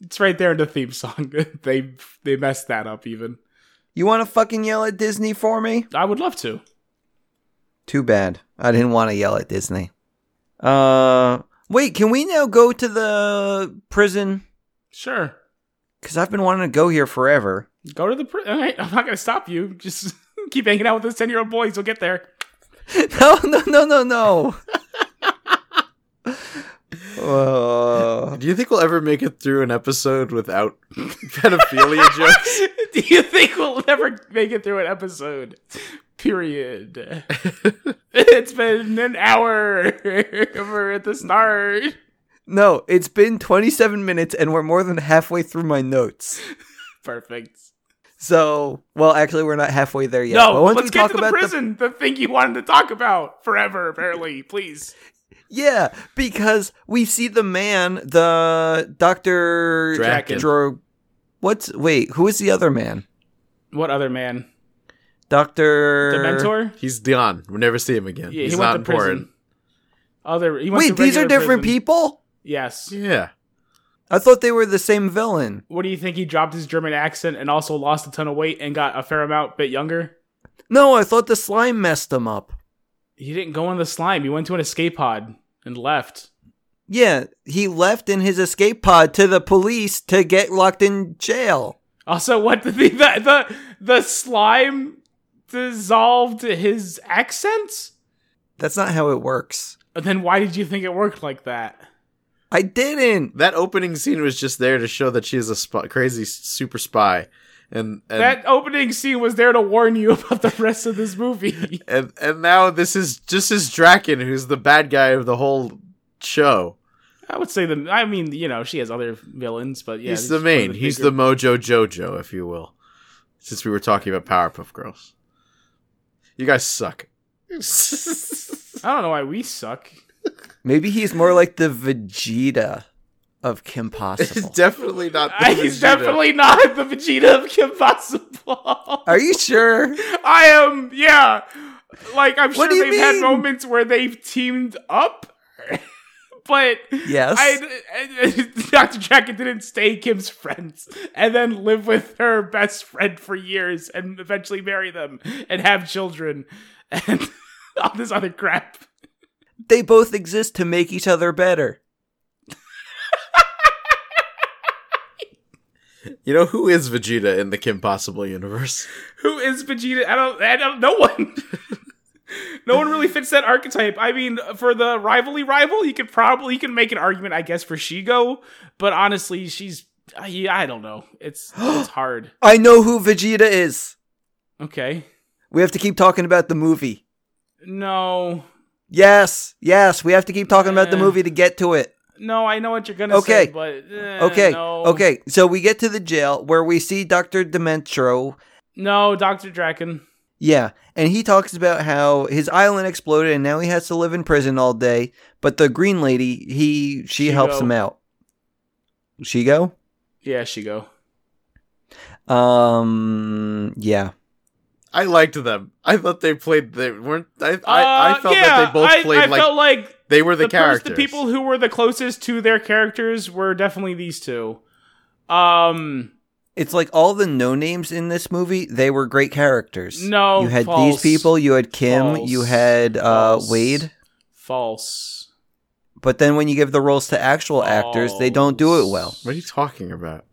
[SPEAKER 4] It's right there in the theme song. they they messed that up even.
[SPEAKER 2] You want to fucking yell at Disney for me?
[SPEAKER 4] I would love to.
[SPEAKER 2] Too bad. I didn't want to yell at Disney. Uh wait, can we now go to the prison
[SPEAKER 4] Sure.
[SPEAKER 2] cuz I've been wanting to go here forever.
[SPEAKER 4] Go to the pr- all right, I'm not going to stop you. Just keep hanging out with those 10-year-old boys. You'll get there.
[SPEAKER 2] No, no, no, no, no. Uh,
[SPEAKER 3] Do you think we'll ever make it through an episode without pedophilia jokes?
[SPEAKER 4] Do you think we'll never make it through an episode? Period. it's been an hour. We're at the start.
[SPEAKER 2] no, it's been 27 minutes and we're more than halfway through my notes.
[SPEAKER 4] Perfect.
[SPEAKER 2] So, well, actually, we're not halfway there yet.
[SPEAKER 4] no,
[SPEAKER 2] but once
[SPEAKER 4] let's
[SPEAKER 2] we
[SPEAKER 4] get
[SPEAKER 2] talk
[SPEAKER 4] to the
[SPEAKER 2] about
[SPEAKER 4] prison. The... thing you wanted to talk about forever, apparently. Please.
[SPEAKER 2] yeah, because we see the man, the Doctor
[SPEAKER 3] Draken.
[SPEAKER 2] Dro- what's wait? Who is the other man?
[SPEAKER 4] What other man?
[SPEAKER 2] Doctor
[SPEAKER 4] The mentor?
[SPEAKER 3] He's gone. We never see him again.
[SPEAKER 4] Yeah,
[SPEAKER 3] He's
[SPEAKER 4] he
[SPEAKER 3] not
[SPEAKER 4] went to
[SPEAKER 3] important.
[SPEAKER 4] prison. Other. He went
[SPEAKER 2] Wait,
[SPEAKER 4] to
[SPEAKER 2] these are
[SPEAKER 4] regular
[SPEAKER 2] different
[SPEAKER 4] prison.
[SPEAKER 2] people.
[SPEAKER 4] Yes.
[SPEAKER 3] Yeah.
[SPEAKER 2] I thought they were the same villain.
[SPEAKER 4] What do you think? He dropped his German accent and also lost a ton of weight and got a fair amount bit younger.
[SPEAKER 2] No, I thought the slime messed them up.
[SPEAKER 4] He didn't go in the slime. He went to an escape pod and left.
[SPEAKER 2] Yeah, he left in his escape pod to the police to get locked in jail.
[SPEAKER 4] Also, what the the the, the slime dissolved his accent?
[SPEAKER 2] That's not how it works.
[SPEAKER 4] And then why did you think it worked like that?
[SPEAKER 2] I didn't.
[SPEAKER 3] That opening scene was just there to show that she is a sp- crazy s- super spy, and and,
[SPEAKER 4] that opening scene was there to warn you about the rest of this movie.
[SPEAKER 3] and and now this is just is Draken, who's the bad guy of the whole show.
[SPEAKER 4] I would say the. I mean, you know, she has other villains, but yeah,
[SPEAKER 3] he's
[SPEAKER 4] this
[SPEAKER 3] the
[SPEAKER 4] is one of
[SPEAKER 3] main. he's
[SPEAKER 4] bigger-
[SPEAKER 3] the Mojo Jojo, if you will. Since we were talking about Powerpuff Girls, you guys suck.
[SPEAKER 4] I don't know why we suck.
[SPEAKER 2] Maybe he's more like the Vegeta of Kim
[SPEAKER 3] It's
[SPEAKER 2] Possible.
[SPEAKER 3] definitely not. the
[SPEAKER 4] I- He's
[SPEAKER 3] Vegeta.
[SPEAKER 4] definitely not the Vegeta of Kim Possible.
[SPEAKER 2] Are you sure?
[SPEAKER 4] I am, yeah. Like I'm sure
[SPEAKER 2] What do you
[SPEAKER 4] they've had
[SPEAKER 2] mean?
[SPEAKER 4] moments where they've teamed up, but
[SPEAKER 2] Yes.
[SPEAKER 4] I, Dr. Jacket didn't stay Kim's friends and then live with her best friend for years and eventually marry them and have children and all this other crap.
[SPEAKER 2] they both exist to make each other better.
[SPEAKER 3] You know who is Vegeta in the Kim Possible universe?
[SPEAKER 4] Who is Vegeta? I don't. I don't. No one. no one really fits that archetype. I mean, for the rivalry rival, you could probably you can make an argument, I guess, for Shigo. But honestly, she's. I, I don't know. It's it's hard.
[SPEAKER 2] I know who Vegeta is.
[SPEAKER 4] Okay.
[SPEAKER 2] We have to keep talking about the movie.
[SPEAKER 4] No.
[SPEAKER 2] Yes, yes, we have to keep talking about the
[SPEAKER 4] Eh.
[SPEAKER 2] movie to get to it.
[SPEAKER 4] No, I know what you're gonna
[SPEAKER 2] Okay.
[SPEAKER 4] say, but eh,
[SPEAKER 2] Okay,
[SPEAKER 4] no.
[SPEAKER 2] okay. So we get to the jail where we see Dr. Dementro.
[SPEAKER 4] No, Doctor Draken.
[SPEAKER 2] Yeah, and he talks about how his island exploded and now he has to live in prison all day. But the green lady, he she helps
[SPEAKER 4] Shigo.
[SPEAKER 2] him out. Shigo?
[SPEAKER 4] Yeah, Shigo.
[SPEAKER 2] Um. Yeah.
[SPEAKER 3] I liked them. I thought they played. They weren't. I I, I
[SPEAKER 4] Uh,
[SPEAKER 3] felt
[SPEAKER 4] yeah,
[SPEAKER 3] that they both
[SPEAKER 4] I,
[SPEAKER 3] played
[SPEAKER 4] I
[SPEAKER 3] like
[SPEAKER 4] felt like
[SPEAKER 3] they were the,
[SPEAKER 4] pers-
[SPEAKER 3] characters.
[SPEAKER 4] the people who were the closest to their characters were definitely these two. Um,
[SPEAKER 2] It's like all the no names in this movie. They were great characters.
[SPEAKER 4] No,
[SPEAKER 2] you had
[SPEAKER 4] false.
[SPEAKER 2] these people. You had Kim.
[SPEAKER 4] False.
[SPEAKER 2] You had uh,
[SPEAKER 4] False.
[SPEAKER 2] Wade.
[SPEAKER 4] false.
[SPEAKER 2] But then when you give the roles to actual actors, they don't do it well.
[SPEAKER 3] What are you talking about?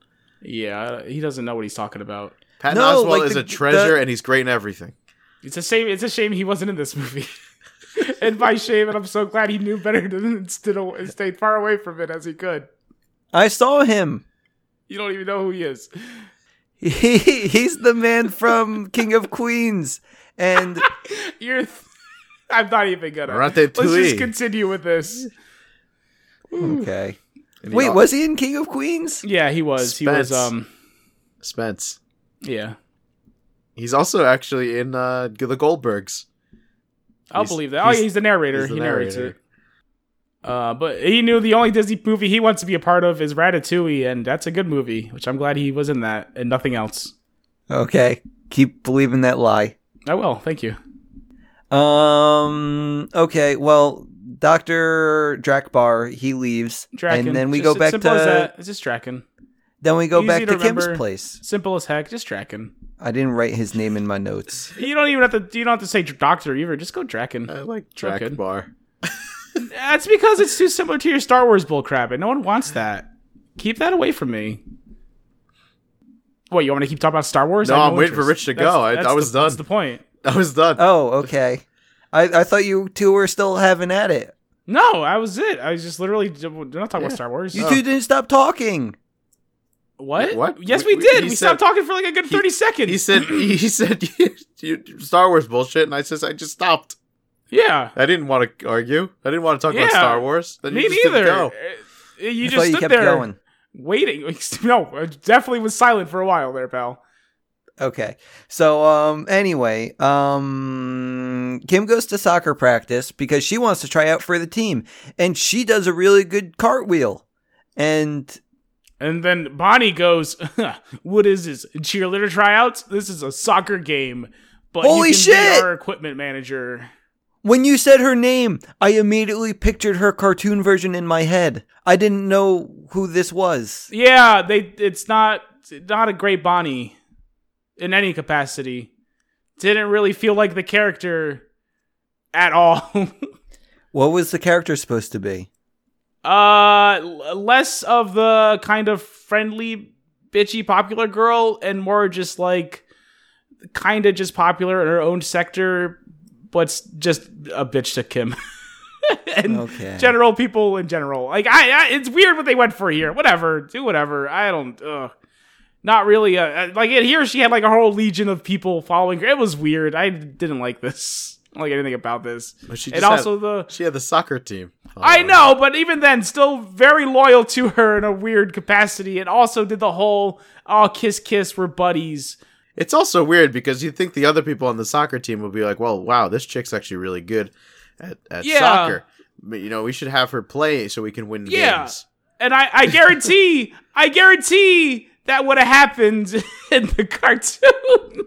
[SPEAKER 4] Yeah, he doesn't know what he's talking about.
[SPEAKER 3] Patton
[SPEAKER 2] No,
[SPEAKER 3] Oswalt
[SPEAKER 2] like
[SPEAKER 3] is
[SPEAKER 2] the-
[SPEAKER 3] a treasure,
[SPEAKER 2] the-
[SPEAKER 3] and he's great in everything.
[SPEAKER 4] It's a shame. It's a shame he wasn't in this movie. and by shame, and I'm so glad he knew better than stood aw- stayed far away from it as he could.
[SPEAKER 2] I saw him.
[SPEAKER 4] You don't even know who he is.
[SPEAKER 2] He, he's the man from King of Queens. And
[SPEAKER 4] You're. Th- I'm not even gonna.
[SPEAKER 3] Ratatouille.
[SPEAKER 4] Let's just continue with this.
[SPEAKER 2] okay.
[SPEAKER 3] And he
[SPEAKER 2] Wait,
[SPEAKER 3] al-
[SPEAKER 2] was he in King of Queens?
[SPEAKER 4] Yeah, he was. He was.
[SPEAKER 3] Spence.
[SPEAKER 4] Um.
[SPEAKER 3] Spence?
[SPEAKER 4] Yeah,
[SPEAKER 3] He's also actually in uh, the Goldbergs.
[SPEAKER 4] I'll
[SPEAKER 3] He's-
[SPEAKER 4] believe that. Oh,
[SPEAKER 3] he's-
[SPEAKER 4] yeah, he's the narrator.
[SPEAKER 3] he's the
[SPEAKER 4] he narrates
[SPEAKER 3] narrator.
[SPEAKER 4] it. Uh, but he knew the only Disney movie he wants to be a part of is Ratatouille, and that's a good movie, which I'm glad he was in that and nothing else.
[SPEAKER 2] Okay. Keep believing that lie.
[SPEAKER 4] I will. Oh, Thank you.
[SPEAKER 2] Um. Okay. Well, Doctor Drakbar he leves,
[SPEAKER 4] Draken.
[SPEAKER 2] and then we
[SPEAKER 4] Just-
[SPEAKER 2] go
[SPEAKER 4] it's
[SPEAKER 2] back to
[SPEAKER 4] simple as that. It's just Draken.
[SPEAKER 2] then we go
[SPEAKER 4] Easy
[SPEAKER 2] back
[SPEAKER 4] to
[SPEAKER 2] to Kim's
[SPEAKER 4] remember.
[SPEAKER 2] place.
[SPEAKER 4] Simple as heck. Just Draken.
[SPEAKER 2] I didn't write his name in my notes.
[SPEAKER 4] You don't even have to. You don't have to say Doctor either. Just go Draken.
[SPEAKER 3] I like
[SPEAKER 4] Okay.
[SPEAKER 3] Drac Bar.
[SPEAKER 4] That's because it's too similar to your Star Wars bullcrap, and no one wants that. Keep that away from me. What you want me to keep talking about Star Wars?
[SPEAKER 3] No,
[SPEAKER 4] I have
[SPEAKER 3] I'm waiting for
[SPEAKER 4] interest.
[SPEAKER 3] Rich to
[SPEAKER 4] That's-
[SPEAKER 3] go. I-
[SPEAKER 4] that's
[SPEAKER 3] I was
[SPEAKER 4] the- That's
[SPEAKER 3] done.
[SPEAKER 4] the point.
[SPEAKER 3] I was done.
[SPEAKER 4] Uh,
[SPEAKER 2] Oh, okay. I I thought you two were still having at it.
[SPEAKER 4] No, I was it. I was just literally we're not talking about Star Wars.
[SPEAKER 2] You two didn't stop talking.
[SPEAKER 4] what?
[SPEAKER 3] Uh, What?
[SPEAKER 4] Yes,
[SPEAKER 3] We-
[SPEAKER 4] we,
[SPEAKER 3] we-
[SPEAKER 4] did.
[SPEAKER 3] he
[SPEAKER 4] We
[SPEAKER 3] said-
[SPEAKER 4] stopped talking for like a good thirty seconds.
[SPEAKER 3] He said, "He said you, you, Star Wars bullshit," and I says, "I just stopped.
[SPEAKER 4] "Yeah,
[SPEAKER 3] I didn't want to argue. I didn't want to talk
[SPEAKER 4] Yeah.
[SPEAKER 3] about Star Wars. Then
[SPEAKER 4] me
[SPEAKER 3] you just didn't
[SPEAKER 4] neither."
[SPEAKER 3] go.
[SPEAKER 4] Uh, You
[SPEAKER 2] I
[SPEAKER 4] just
[SPEAKER 2] thought
[SPEAKER 4] stood
[SPEAKER 2] you kept
[SPEAKER 4] there
[SPEAKER 2] going.
[SPEAKER 4] waiting. No, I definitely was silent for a while there, pal.
[SPEAKER 2] Okay. So um anyway, um Kim goes to soccer practice because she wants to try out for the team and she does a really good cartwheel. And
[SPEAKER 4] And then Bonnie goes, "What is this cheerleader tryouts? This is a soccer game." But you
[SPEAKER 2] Holy
[SPEAKER 4] can be
[SPEAKER 2] shit!
[SPEAKER 4] our equipment manager.
[SPEAKER 2] when you said her name, I immediately pictured her cartoon version in my head. I didn't know who this was.
[SPEAKER 4] Yeah, they. It's not not a great Bonnie, in any capacity. Didn't really feel like the character, at all.
[SPEAKER 2] What was the character supposed to be?
[SPEAKER 4] uh, l- less of the kind of friendly, bitchy, popular girl, and more just like, kind of just popular in her own sector, but s- just a bitch to Kim. and
[SPEAKER 3] Eh.
[SPEAKER 2] Okay.
[SPEAKER 4] general people in general. Like I, I, it's weird what they went for here. Whatever, do whatever. I don't. Ugh. Not really. A, a- like in here, she had like a whole legion of people following her. It was weird. I didn't like this. I don't like anything about this.
[SPEAKER 3] But she
[SPEAKER 4] and
[SPEAKER 3] just had-
[SPEAKER 4] also the.
[SPEAKER 3] She had the soccer team. Oh.
[SPEAKER 4] I know, but even then, still very loyal to her in a weird capacity. And also did the whole oh kiss kiss, we're buddies.
[SPEAKER 3] It's also weird because you think the other people on the soccer team would be like, "Well, wow, this chick's actually really good at, at
[SPEAKER 4] Yeah.
[SPEAKER 3] soccer. But, you know, we should have her play so we can win
[SPEAKER 4] Yeah.
[SPEAKER 3] games."
[SPEAKER 4] And I, I guarantee, I guarantee that would have happened in the cartoon.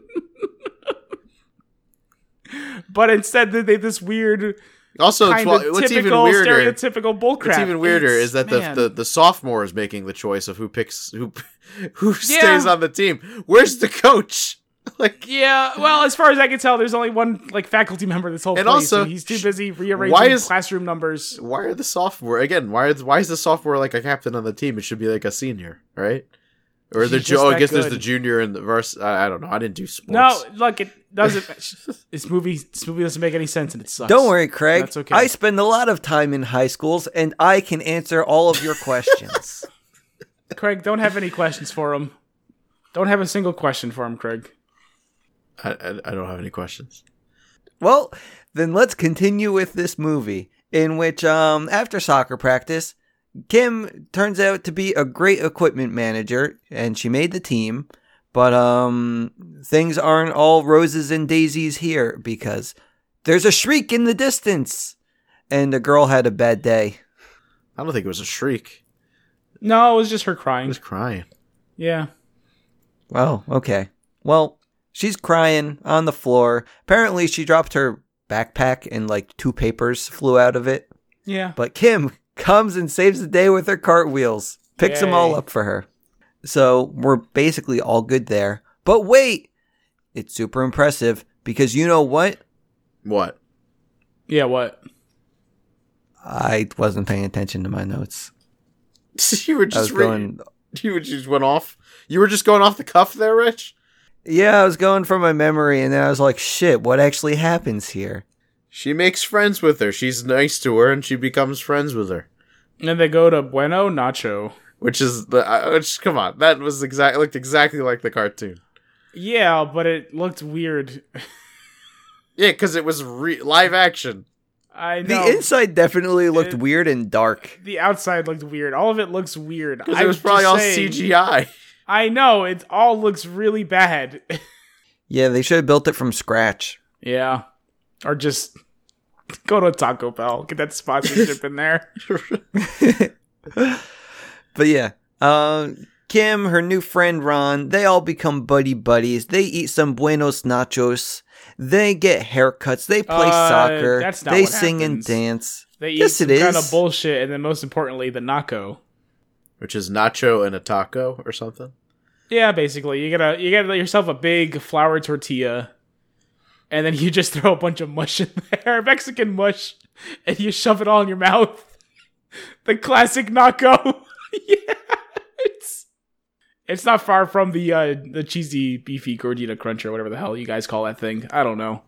[SPEAKER 4] but instead, they did this weird,
[SPEAKER 3] Also, it's,
[SPEAKER 4] kind
[SPEAKER 3] wha-
[SPEAKER 4] of
[SPEAKER 3] what's even
[SPEAKER 4] typical,
[SPEAKER 3] weirder.
[SPEAKER 4] stereotypical bullcrap.
[SPEAKER 3] What's even weirder
[SPEAKER 4] It's-
[SPEAKER 3] is that the,
[SPEAKER 4] man.
[SPEAKER 3] the the sophomore is making the choice of who picks who who
[SPEAKER 4] Yeah.
[SPEAKER 3] stays on the team. Where's the coach? Like,
[SPEAKER 4] yeah. Well, as far as I can tell, there's only one like faculty member this whole
[SPEAKER 3] And
[SPEAKER 4] place,
[SPEAKER 3] also,
[SPEAKER 4] and he's too
[SPEAKER 3] sh-
[SPEAKER 4] busy rearranging
[SPEAKER 3] why is-
[SPEAKER 4] classroom numbers.
[SPEAKER 3] why are the sophomore again? Why is why is the sophomore like a captain on the team? It should be like a senior, right? Or
[SPEAKER 4] She's
[SPEAKER 3] the
[SPEAKER 4] just
[SPEAKER 3] jo- I
[SPEAKER 4] that
[SPEAKER 3] guess there's
[SPEAKER 4] good.
[SPEAKER 3] the junior and the verse. I, I don't know. I didn't do sports.
[SPEAKER 4] No, look, it doesn't. this movie, this movie doesn't make any sense, and it sucks.
[SPEAKER 2] Don't worry, Craig.
[SPEAKER 4] That's okay.
[SPEAKER 2] I spend a lot of time in high schools and I can answer all of your questions.
[SPEAKER 4] Craig. Don't have any questions for him. Don't have a single question for him, Craig.
[SPEAKER 3] I, I, I don't have any questions.
[SPEAKER 2] Well, then let's continue with this movie in which um after soccer practice, Kim turns out to be a great equipment manager and she made the team, but um things aren't all roses and daisies here because there's a shriek in the distance and the girl had a bad day.
[SPEAKER 3] I don't think it was a shriek.
[SPEAKER 4] No, it was just her
[SPEAKER 3] I
[SPEAKER 4] crying.
[SPEAKER 3] was crying.
[SPEAKER 4] Yeah.
[SPEAKER 2] Oh, okay. Well, she's crying on the floor. Apparently she dropped her backpack and like two papers flew out of it.
[SPEAKER 4] Yeah.
[SPEAKER 2] But Kim comes and saves the day with her cartwheels, picks them
[SPEAKER 4] Yay.
[SPEAKER 2] all up for her. So we're basically all good there. But wait, it's super impressive because you know what?
[SPEAKER 3] What?
[SPEAKER 4] Yeah, what?
[SPEAKER 2] I wasn't paying attention to my notes.
[SPEAKER 3] you were
[SPEAKER 2] I was
[SPEAKER 3] just re-
[SPEAKER 2] going.
[SPEAKER 3] you were- just went off. You were just going off the cuff there, Rich.
[SPEAKER 2] Yeah, I was going from my memory, and then I was like, shit, what actually happens here?
[SPEAKER 3] She makes friends with her. She's nice to her, and she becomes friends with her.
[SPEAKER 4] And then they go to Bueno Nacho.
[SPEAKER 3] Which is the uh, which? Come on, that was exact looked exactly like the cartoon.
[SPEAKER 4] Yeah, but it looked weird.
[SPEAKER 3] Yeah, because it was re- live action.
[SPEAKER 4] I
[SPEAKER 2] The
[SPEAKER 4] know.
[SPEAKER 2] inside definitely looked
[SPEAKER 4] It-
[SPEAKER 2] weird and dark.
[SPEAKER 4] The outside looked weird. All of it looks weird.
[SPEAKER 3] Because
[SPEAKER 4] I'm
[SPEAKER 3] it was probably
[SPEAKER 4] just
[SPEAKER 3] all
[SPEAKER 4] saying-
[SPEAKER 3] CGI.
[SPEAKER 4] I know. It all looks really bad.
[SPEAKER 2] Yeah, they should have built it from scratch.
[SPEAKER 4] yeah. Or just go to Taco Bell. Get that sponsorship in there.
[SPEAKER 2] But yeah, um, Kim, her new friend Ron, they all become buddy buddies. They eat some buenos nachos. They get haircuts. They play
[SPEAKER 4] Uh,
[SPEAKER 2] soccer.
[SPEAKER 4] that's not
[SPEAKER 2] they
[SPEAKER 4] what
[SPEAKER 2] sing
[SPEAKER 4] happens.
[SPEAKER 2] and dance.
[SPEAKER 4] They eat
[SPEAKER 2] Yes,
[SPEAKER 4] some
[SPEAKER 2] it
[SPEAKER 4] kind
[SPEAKER 2] is.
[SPEAKER 4] of bullshit, and then most importantly, the Naco.
[SPEAKER 3] Which is nacho and a taco or something.
[SPEAKER 4] Yeah, basically, you gotta you gotta let yourself a big flour tortilla, and then you just throw a bunch of mush in there, Mexican mush, and you shove it all in your mouth. The classic naco. yeah, it's it's not far from the uh, the cheesy beefy gordita crunch or whatever the hell you guys call that thing. I don't know.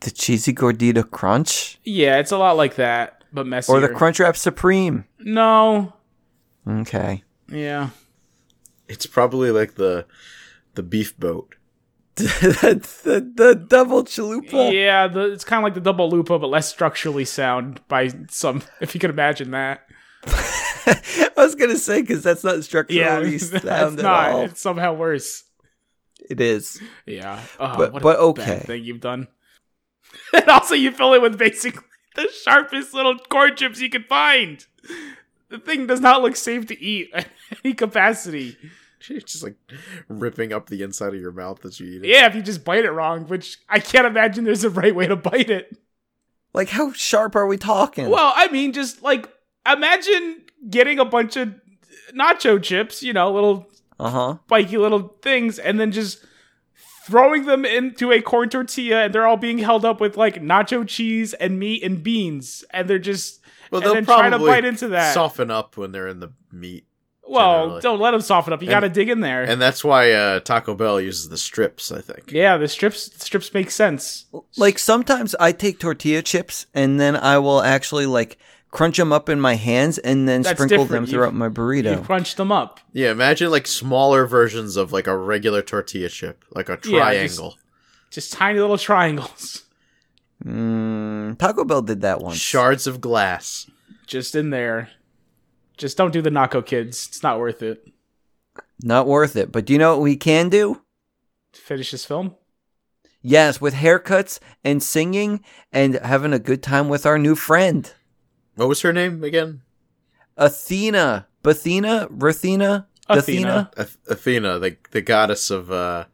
[SPEAKER 2] The cheesy gordita crunch
[SPEAKER 4] Yeah, it's a lot like that, but messier.
[SPEAKER 2] or the crunch wrap supreme.
[SPEAKER 4] No.
[SPEAKER 2] Okay.
[SPEAKER 4] Yeah.
[SPEAKER 3] It's probably like the the beef boat.
[SPEAKER 2] the, the, the double chalupa.
[SPEAKER 4] Yeah, the, it's kind of like the double lupa, but less structurally sound by some, if you could imagine that.
[SPEAKER 2] I was gonna say because that's not
[SPEAKER 4] Yeah,
[SPEAKER 2] structurally
[SPEAKER 4] it's
[SPEAKER 2] sound at
[SPEAKER 4] not.
[SPEAKER 2] all.
[SPEAKER 4] It's somehow worse.
[SPEAKER 2] It is.
[SPEAKER 4] Yeah, oh,
[SPEAKER 2] But-
[SPEAKER 4] what a
[SPEAKER 2] but
[SPEAKER 4] bad
[SPEAKER 2] okay.
[SPEAKER 4] thing you've done. and also, you fill it with basically the sharpest little corn chips you could find. The thing does not look safe to eat in any capacity.
[SPEAKER 3] She's just like ripping up the inside of your mouth as you eat it.
[SPEAKER 4] Yeah, if you just bite it wrong, which I can't imagine there's a right way to bite it.
[SPEAKER 2] Like how sharp are we talking?
[SPEAKER 4] Well, I mean, just like imagine getting a bunch of nacho chips, you know, little
[SPEAKER 2] uh huh.
[SPEAKER 4] spiky little things and then just throwing them into a corn tortilla and they're all being held up with like nacho cheese and meat and beans and they're just
[SPEAKER 3] Well,
[SPEAKER 4] and
[SPEAKER 3] they'll
[SPEAKER 4] then try to
[SPEAKER 3] probably
[SPEAKER 4] bite into that.
[SPEAKER 3] soften up when they're in the meat,
[SPEAKER 4] well,
[SPEAKER 3] generally.
[SPEAKER 4] don't let them soften up. You
[SPEAKER 3] And-
[SPEAKER 4] got to dig in there.
[SPEAKER 3] and that's why uh, Taco Bell uses the strips. I think.
[SPEAKER 4] yeah, the strips strips make sense.
[SPEAKER 2] Like sometimes I take tortilla chips and then I will actually like crunch them up in my hands and then
[SPEAKER 4] That's
[SPEAKER 2] sprinkle them
[SPEAKER 4] different.
[SPEAKER 2] throughout my
[SPEAKER 4] You
[SPEAKER 2] burrito.
[SPEAKER 4] crunch them up.
[SPEAKER 3] Yeah, imagine like smaller versions of like a regular tortilla chip, like a
[SPEAKER 4] Yeah, just-
[SPEAKER 3] triangle,
[SPEAKER 4] Just tiny little triangles
[SPEAKER 2] Mm, Taco Bell did that once.
[SPEAKER 3] shards of glass.
[SPEAKER 4] just in there. Just don't do the Naco kids. It's not worth it.
[SPEAKER 2] Not worth it. But do you know what we can do?
[SPEAKER 4] Finish this film.
[SPEAKER 2] Yes, with haircuts and singing and having a good time with our new friend
[SPEAKER 3] What was her name again?
[SPEAKER 2] Athena, Bathina, Rathina,
[SPEAKER 4] Athena.
[SPEAKER 2] Dathina?
[SPEAKER 3] Ath- Athena, the the goddess of uh,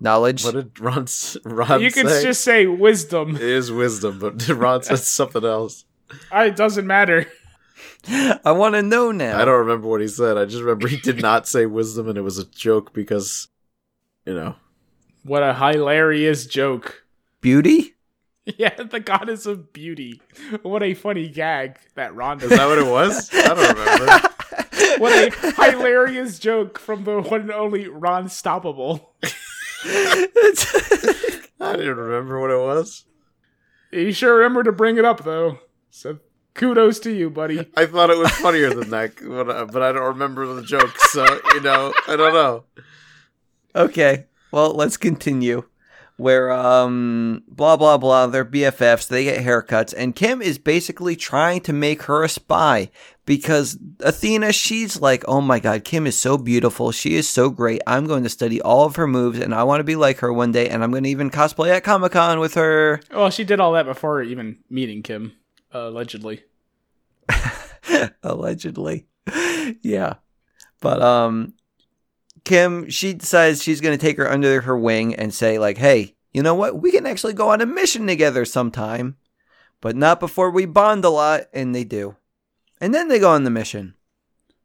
[SPEAKER 2] knowledge.
[SPEAKER 3] what did Ron s- Ron
[SPEAKER 4] you
[SPEAKER 3] say?
[SPEAKER 4] can just say wisdom.
[SPEAKER 3] it is wisdom, but Ron said something else.
[SPEAKER 4] it doesn't matter.
[SPEAKER 2] I want to know now.
[SPEAKER 3] I don't remember what he said. I just remember he did not say wisdom, and it was a joke because, you know,
[SPEAKER 4] What a hilarious joke.
[SPEAKER 2] beauty.
[SPEAKER 4] Yeah, the goddess of beauty. What a funny gag that Ron does.
[SPEAKER 3] is that what it was? I don't remember.
[SPEAKER 4] what a hilarious joke from the one and only Ron Stoppable.
[SPEAKER 3] I didn't remember what it was.
[SPEAKER 4] You sure remember to bring it up though. So kudos to you, buddy.
[SPEAKER 3] I thought it was funnier than that, when I- but I don't remember the joke. So you know, I don't know.
[SPEAKER 2] Okay. Well, let's continue. Where um blah blah blah, they're BFFs, they get haircuts, and Kim is basically trying to make her a spy because Athena, she's like, oh my god, Kim is so beautiful, she is so great. I'm going to study all of her moves, and I want to be like her one day, and I'm going to even cosplay at Comic Con with her.
[SPEAKER 4] Well, she did all that before even meeting Kim, allegedly.
[SPEAKER 2] allegedly. yeah. But um Kim, she decides she's going to take her under her wing and say like, "Hey, you know what? We can actually go on a mission together sometime, but not before we bond a lot." And they do. And then they go on the mission.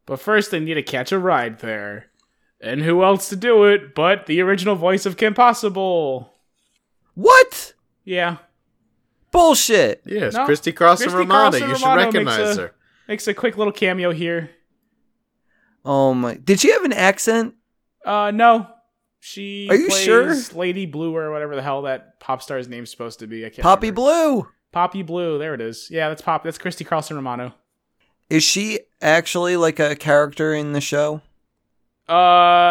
[SPEAKER 4] But first, they need to catch a ride there. And who else to do it but the original voice of Kim Possible?
[SPEAKER 2] What?
[SPEAKER 4] Yeah,
[SPEAKER 2] Bullshit.
[SPEAKER 3] Yes,
[SPEAKER 4] No.
[SPEAKER 3] Christy Cross and
[SPEAKER 4] Christy
[SPEAKER 3] Romano.
[SPEAKER 4] Cross and
[SPEAKER 3] You should
[SPEAKER 4] Romano makes
[SPEAKER 3] recognize
[SPEAKER 4] a-
[SPEAKER 3] her.
[SPEAKER 4] makes a quick little cameo here.
[SPEAKER 2] Oh my. Did she have an accent?
[SPEAKER 4] Uh, no, She
[SPEAKER 2] Are you
[SPEAKER 4] plays
[SPEAKER 2] sure?
[SPEAKER 4] Lady Blue or whatever the hell that pop star's name's supposed to be. I can't
[SPEAKER 2] Poppy
[SPEAKER 4] remember.
[SPEAKER 2] Blue.
[SPEAKER 4] Poppy Blue. There it is. Yeah, that's Pop. That's Christy Carlson Romano.
[SPEAKER 2] Is she actually like a character in the show?
[SPEAKER 4] Uh,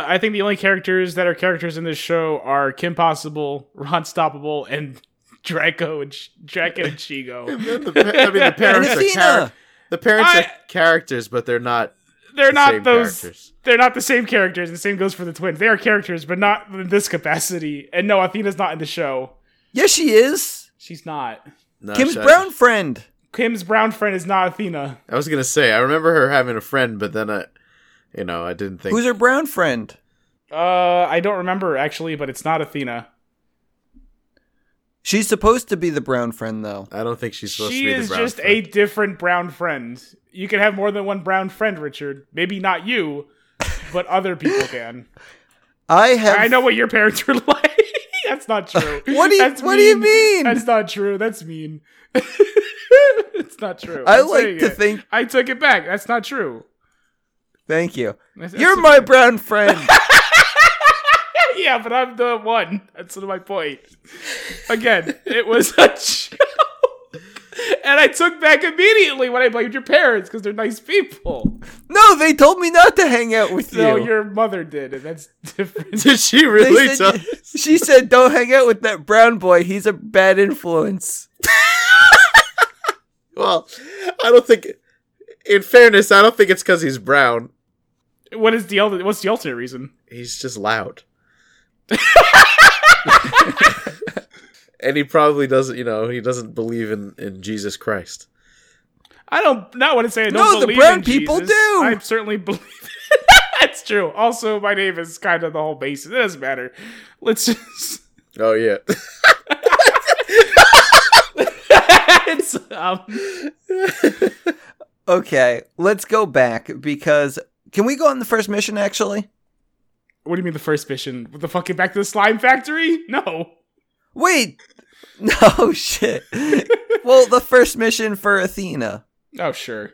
[SPEAKER 4] I think the only characters that are characters in this show are Kim Possible, Ron Stoppable, and Draco and Sh- Draken and Shigo.
[SPEAKER 3] The pa- I mean, the parents are
[SPEAKER 2] Athena!
[SPEAKER 3] char- the parents
[SPEAKER 4] I-
[SPEAKER 3] are characters, but they're not.
[SPEAKER 4] They're
[SPEAKER 3] the
[SPEAKER 4] not
[SPEAKER 3] same
[SPEAKER 4] those.
[SPEAKER 3] characters.
[SPEAKER 4] They're not the same characters. The same goes for the twins. They are characters, but not in this capacity. And no, Athena's not in the show.
[SPEAKER 2] Yes, she is.
[SPEAKER 4] She's not.
[SPEAKER 3] No,
[SPEAKER 2] Kim's
[SPEAKER 3] shut-
[SPEAKER 2] brown friend.
[SPEAKER 4] Kim's brown friend is not Athena.
[SPEAKER 3] I was gonna say I remember her having a friend, but then I, you know, I didn't think.
[SPEAKER 2] Who's her brown friend?
[SPEAKER 4] Uh, I don't remember actually, but it's not Athena.
[SPEAKER 2] She's supposed to be the brown friend, though.
[SPEAKER 3] I don't think she's supposed
[SPEAKER 4] She
[SPEAKER 3] to be
[SPEAKER 4] is
[SPEAKER 3] the brown
[SPEAKER 4] just a
[SPEAKER 3] friend.
[SPEAKER 4] different brown friend. You can have more than one brown friend, Richard. Maybe not you, but other people can.
[SPEAKER 2] I have.
[SPEAKER 4] I know what your parents were like. That's not true.
[SPEAKER 2] What do you-
[SPEAKER 4] That's
[SPEAKER 2] what do you mean?
[SPEAKER 4] That's not true. That's mean. it's not true.
[SPEAKER 2] I
[SPEAKER 4] I'm
[SPEAKER 2] like
[SPEAKER 4] saying
[SPEAKER 2] to
[SPEAKER 4] it.
[SPEAKER 2] think.
[SPEAKER 4] I took it back. That's not true.
[SPEAKER 2] Thank you.
[SPEAKER 4] That's-
[SPEAKER 2] You're
[SPEAKER 4] that's-
[SPEAKER 2] my brown friend.
[SPEAKER 4] yeah, but I'm the one. That's my point. Again, it was a joke. And I took back immediately when I blamed your parents because they're nice people.
[SPEAKER 2] no, they told me not to hang out with
[SPEAKER 4] No,
[SPEAKER 2] you.
[SPEAKER 4] your mother did, and that's different.
[SPEAKER 3] Did she
[SPEAKER 2] They
[SPEAKER 3] really tell?
[SPEAKER 2] said- she said, "Don't hang out with that brown boy. He's a bad influence."
[SPEAKER 3] Well, I don't think. In fairness, I don't think it's because he's brown.
[SPEAKER 4] What is the other? What's the alternate reason?
[SPEAKER 3] He's just loud. and he probably doesn't, you know, he doesn't believe in, in Jesus Christ.
[SPEAKER 4] I don't not want to say I don't
[SPEAKER 2] No, the
[SPEAKER 4] believe
[SPEAKER 2] brown
[SPEAKER 4] in
[SPEAKER 2] people
[SPEAKER 4] Jesus.
[SPEAKER 2] do.
[SPEAKER 4] I certainly believe. That's true. Also, my name is kind of the whole basis. It doesn't matter. Let's just.
[SPEAKER 3] Oh yeah.
[SPEAKER 4] it's, um,
[SPEAKER 2] Okay, let's go back because can we go on the first mission? Actually,
[SPEAKER 4] what do you mean the first mission? The fucking back to the slime factory? No.
[SPEAKER 2] wait. No shit. well, the first mission for Athena.
[SPEAKER 4] Oh sure.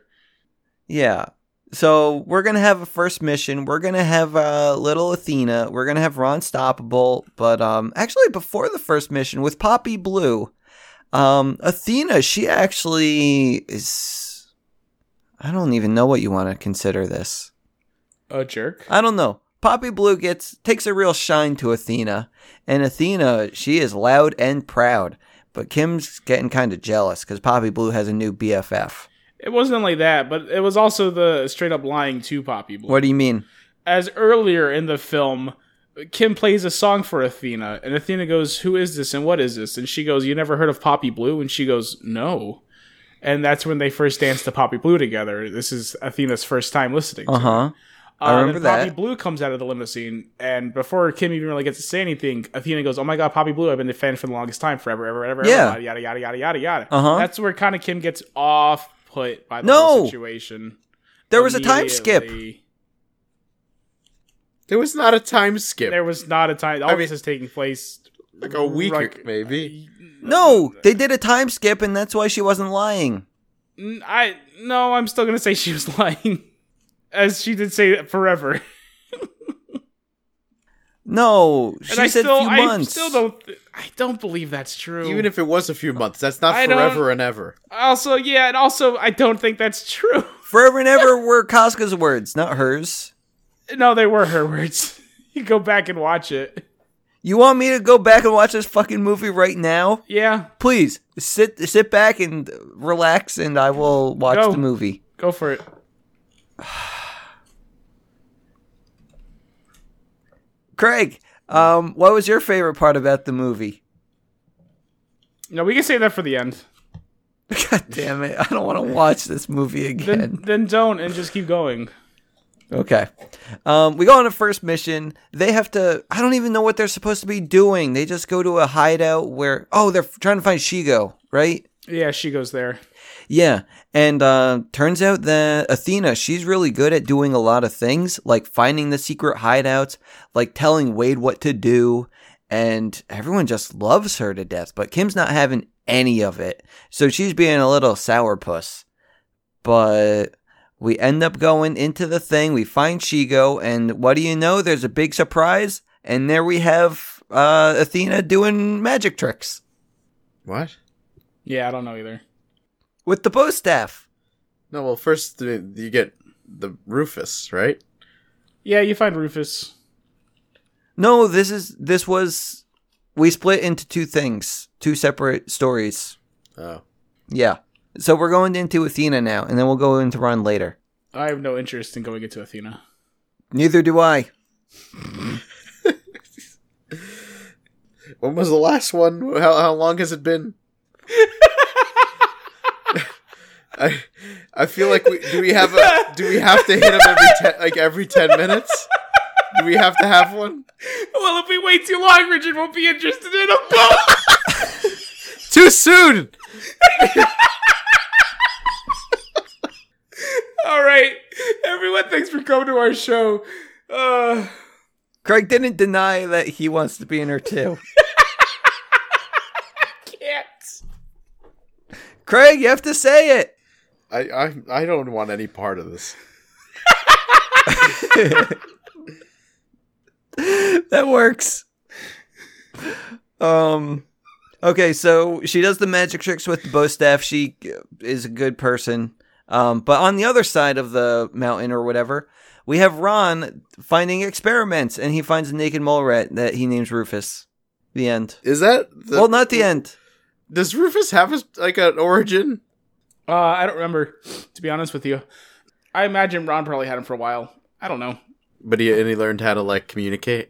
[SPEAKER 2] Yeah. So we're gonna have a first mission. We're gonna have uh, little Athena. We're gonna have Ron Stoppable. But um, actually, before the first mission with Poppy Blue, um, Athena she actually is. I don't even know what you want to consider this.
[SPEAKER 4] A jerk.
[SPEAKER 2] I don't know. Poppy Blue gets takes a real shine to Athena, and Athena she is loud and proud. But Kim's getting kind of jealous because Poppy Blue has a new BFF.
[SPEAKER 4] It wasn't only that, but it was also the straight up lying to Poppy Blue.
[SPEAKER 2] What do you mean?
[SPEAKER 4] as earlier in the film, Kim plays a song for Athena, and Athena goes, "Who is this and what is this?" And she goes, "You never heard of Poppy Blue?" And she goes, "No." And that's when they first dance to Poppy Blue together. This is Athena's first time listening. to
[SPEAKER 2] Uh
[SPEAKER 4] it.
[SPEAKER 2] huh. I
[SPEAKER 4] Uh,
[SPEAKER 2] remember
[SPEAKER 4] then Poppy
[SPEAKER 2] that.
[SPEAKER 4] Blue comes out of the limousine, and before Kim even really gets to say anything, Athena goes, "Oh my god, Poppy Blue! I've been a fan for the longest time, forever, ever, ever,
[SPEAKER 2] Yeah.
[SPEAKER 4] ever, yada, yada, yada, yada, yada."
[SPEAKER 2] Uh-huh.
[SPEAKER 4] That's where kind of Kim gets off put by the
[SPEAKER 2] No.
[SPEAKER 4] whole situation.
[SPEAKER 2] There was a time skip.
[SPEAKER 4] Immediately.
[SPEAKER 3] There was not a time skip.
[SPEAKER 4] There was not a time. All
[SPEAKER 3] mean,
[SPEAKER 4] this is taking place
[SPEAKER 3] like a week or-
[SPEAKER 4] like-
[SPEAKER 3] maybe.
[SPEAKER 2] No, they did a time skip, and that's why she wasn't lying.
[SPEAKER 4] N- I no. I'm still gonna say she was lying, as she did say forever.
[SPEAKER 2] No, she
[SPEAKER 4] And I
[SPEAKER 2] said
[SPEAKER 4] still,
[SPEAKER 2] few
[SPEAKER 4] I
[SPEAKER 2] months.
[SPEAKER 4] still don't. th- I don't believe that's true.
[SPEAKER 3] Even if it was a few months, that's not
[SPEAKER 4] I don't-
[SPEAKER 3] forever and ever.
[SPEAKER 4] also, yeah, and also, I don't think that's true.
[SPEAKER 2] Forever and ever were Casca's words, not hers.
[SPEAKER 4] No, they were her words. You go back and watch it.
[SPEAKER 2] You want me to go back and watch this fucking movie right now?
[SPEAKER 4] Yeah,
[SPEAKER 2] Please sit sit back and relax, and I will watch
[SPEAKER 4] Go.
[SPEAKER 2] the movie.
[SPEAKER 4] go for it.
[SPEAKER 2] Craig, um, what was your favorite part about the movie?
[SPEAKER 4] No, we can save that for the end.
[SPEAKER 2] God damn it! I don't want to watch this movie again.
[SPEAKER 4] Then, then don't, and just keep going.
[SPEAKER 2] Okay. Um, we go on a first mission. They have to. I don't even know what they're supposed to be doing. They just go to a hideout where. Oh, they're trying to find Shigo, right?
[SPEAKER 4] Yeah, she goes there.
[SPEAKER 2] Yeah. And uh, turns out that Athena, she's really good at doing a lot of things, like finding the secret hideouts, like telling Wade what to do. And everyone just loves her to death, but Kim's not having any of it. So she's being a little sourpuss. But we end up going into the thing. We find Shigo, and what do you know? There's a big surprise. and there we have uh, Athena doing magic tricks
[SPEAKER 3] What?
[SPEAKER 4] Yeah, I don't know either.
[SPEAKER 2] with the bow staff.
[SPEAKER 3] No, well, first th- you get the Rufus, right?
[SPEAKER 4] Yeah, you find Rufus.
[SPEAKER 2] No, this is this was we split into two things, two separate stories.
[SPEAKER 3] Oh.
[SPEAKER 2] Yeah. So we're going into Athena now, and then we'll go into Ron later.
[SPEAKER 4] I have no interest in going into Athena.
[SPEAKER 2] Neither do I.
[SPEAKER 3] When was the last one? How, how long has it been? I I feel like we do we have a do we have to hit him every ten, like every ten minutes? Do we have to have one?
[SPEAKER 4] Well, if we wait too long, Richard won't be interested in him.
[SPEAKER 3] Too soon.
[SPEAKER 4] All right, everyone, thanks for coming to our show. Uh,
[SPEAKER 2] Craig didn't deny that he wants to be in her too.
[SPEAKER 4] can't.
[SPEAKER 2] Craig, you have to say it.
[SPEAKER 3] I I I don't want any part of this.
[SPEAKER 2] that works. Um okay, so she does the magic tricks with the bow staff. She uh, is a good person. Um but on the other side of the mountain or whatever, we have Ron finding experiments and he finds a naked mole rat that he names Rufus. The end.
[SPEAKER 3] Is that the,
[SPEAKER 2] well, not the end.
[SPEAKER 3] Does Rufus have a, like an origin?
[SPEAKER 4] Uh, I don't remember, to be honest with you. I imagine Ron probably had him for a while. I don't know.
[SPEAKER 3] But he and he learned how to like communicate.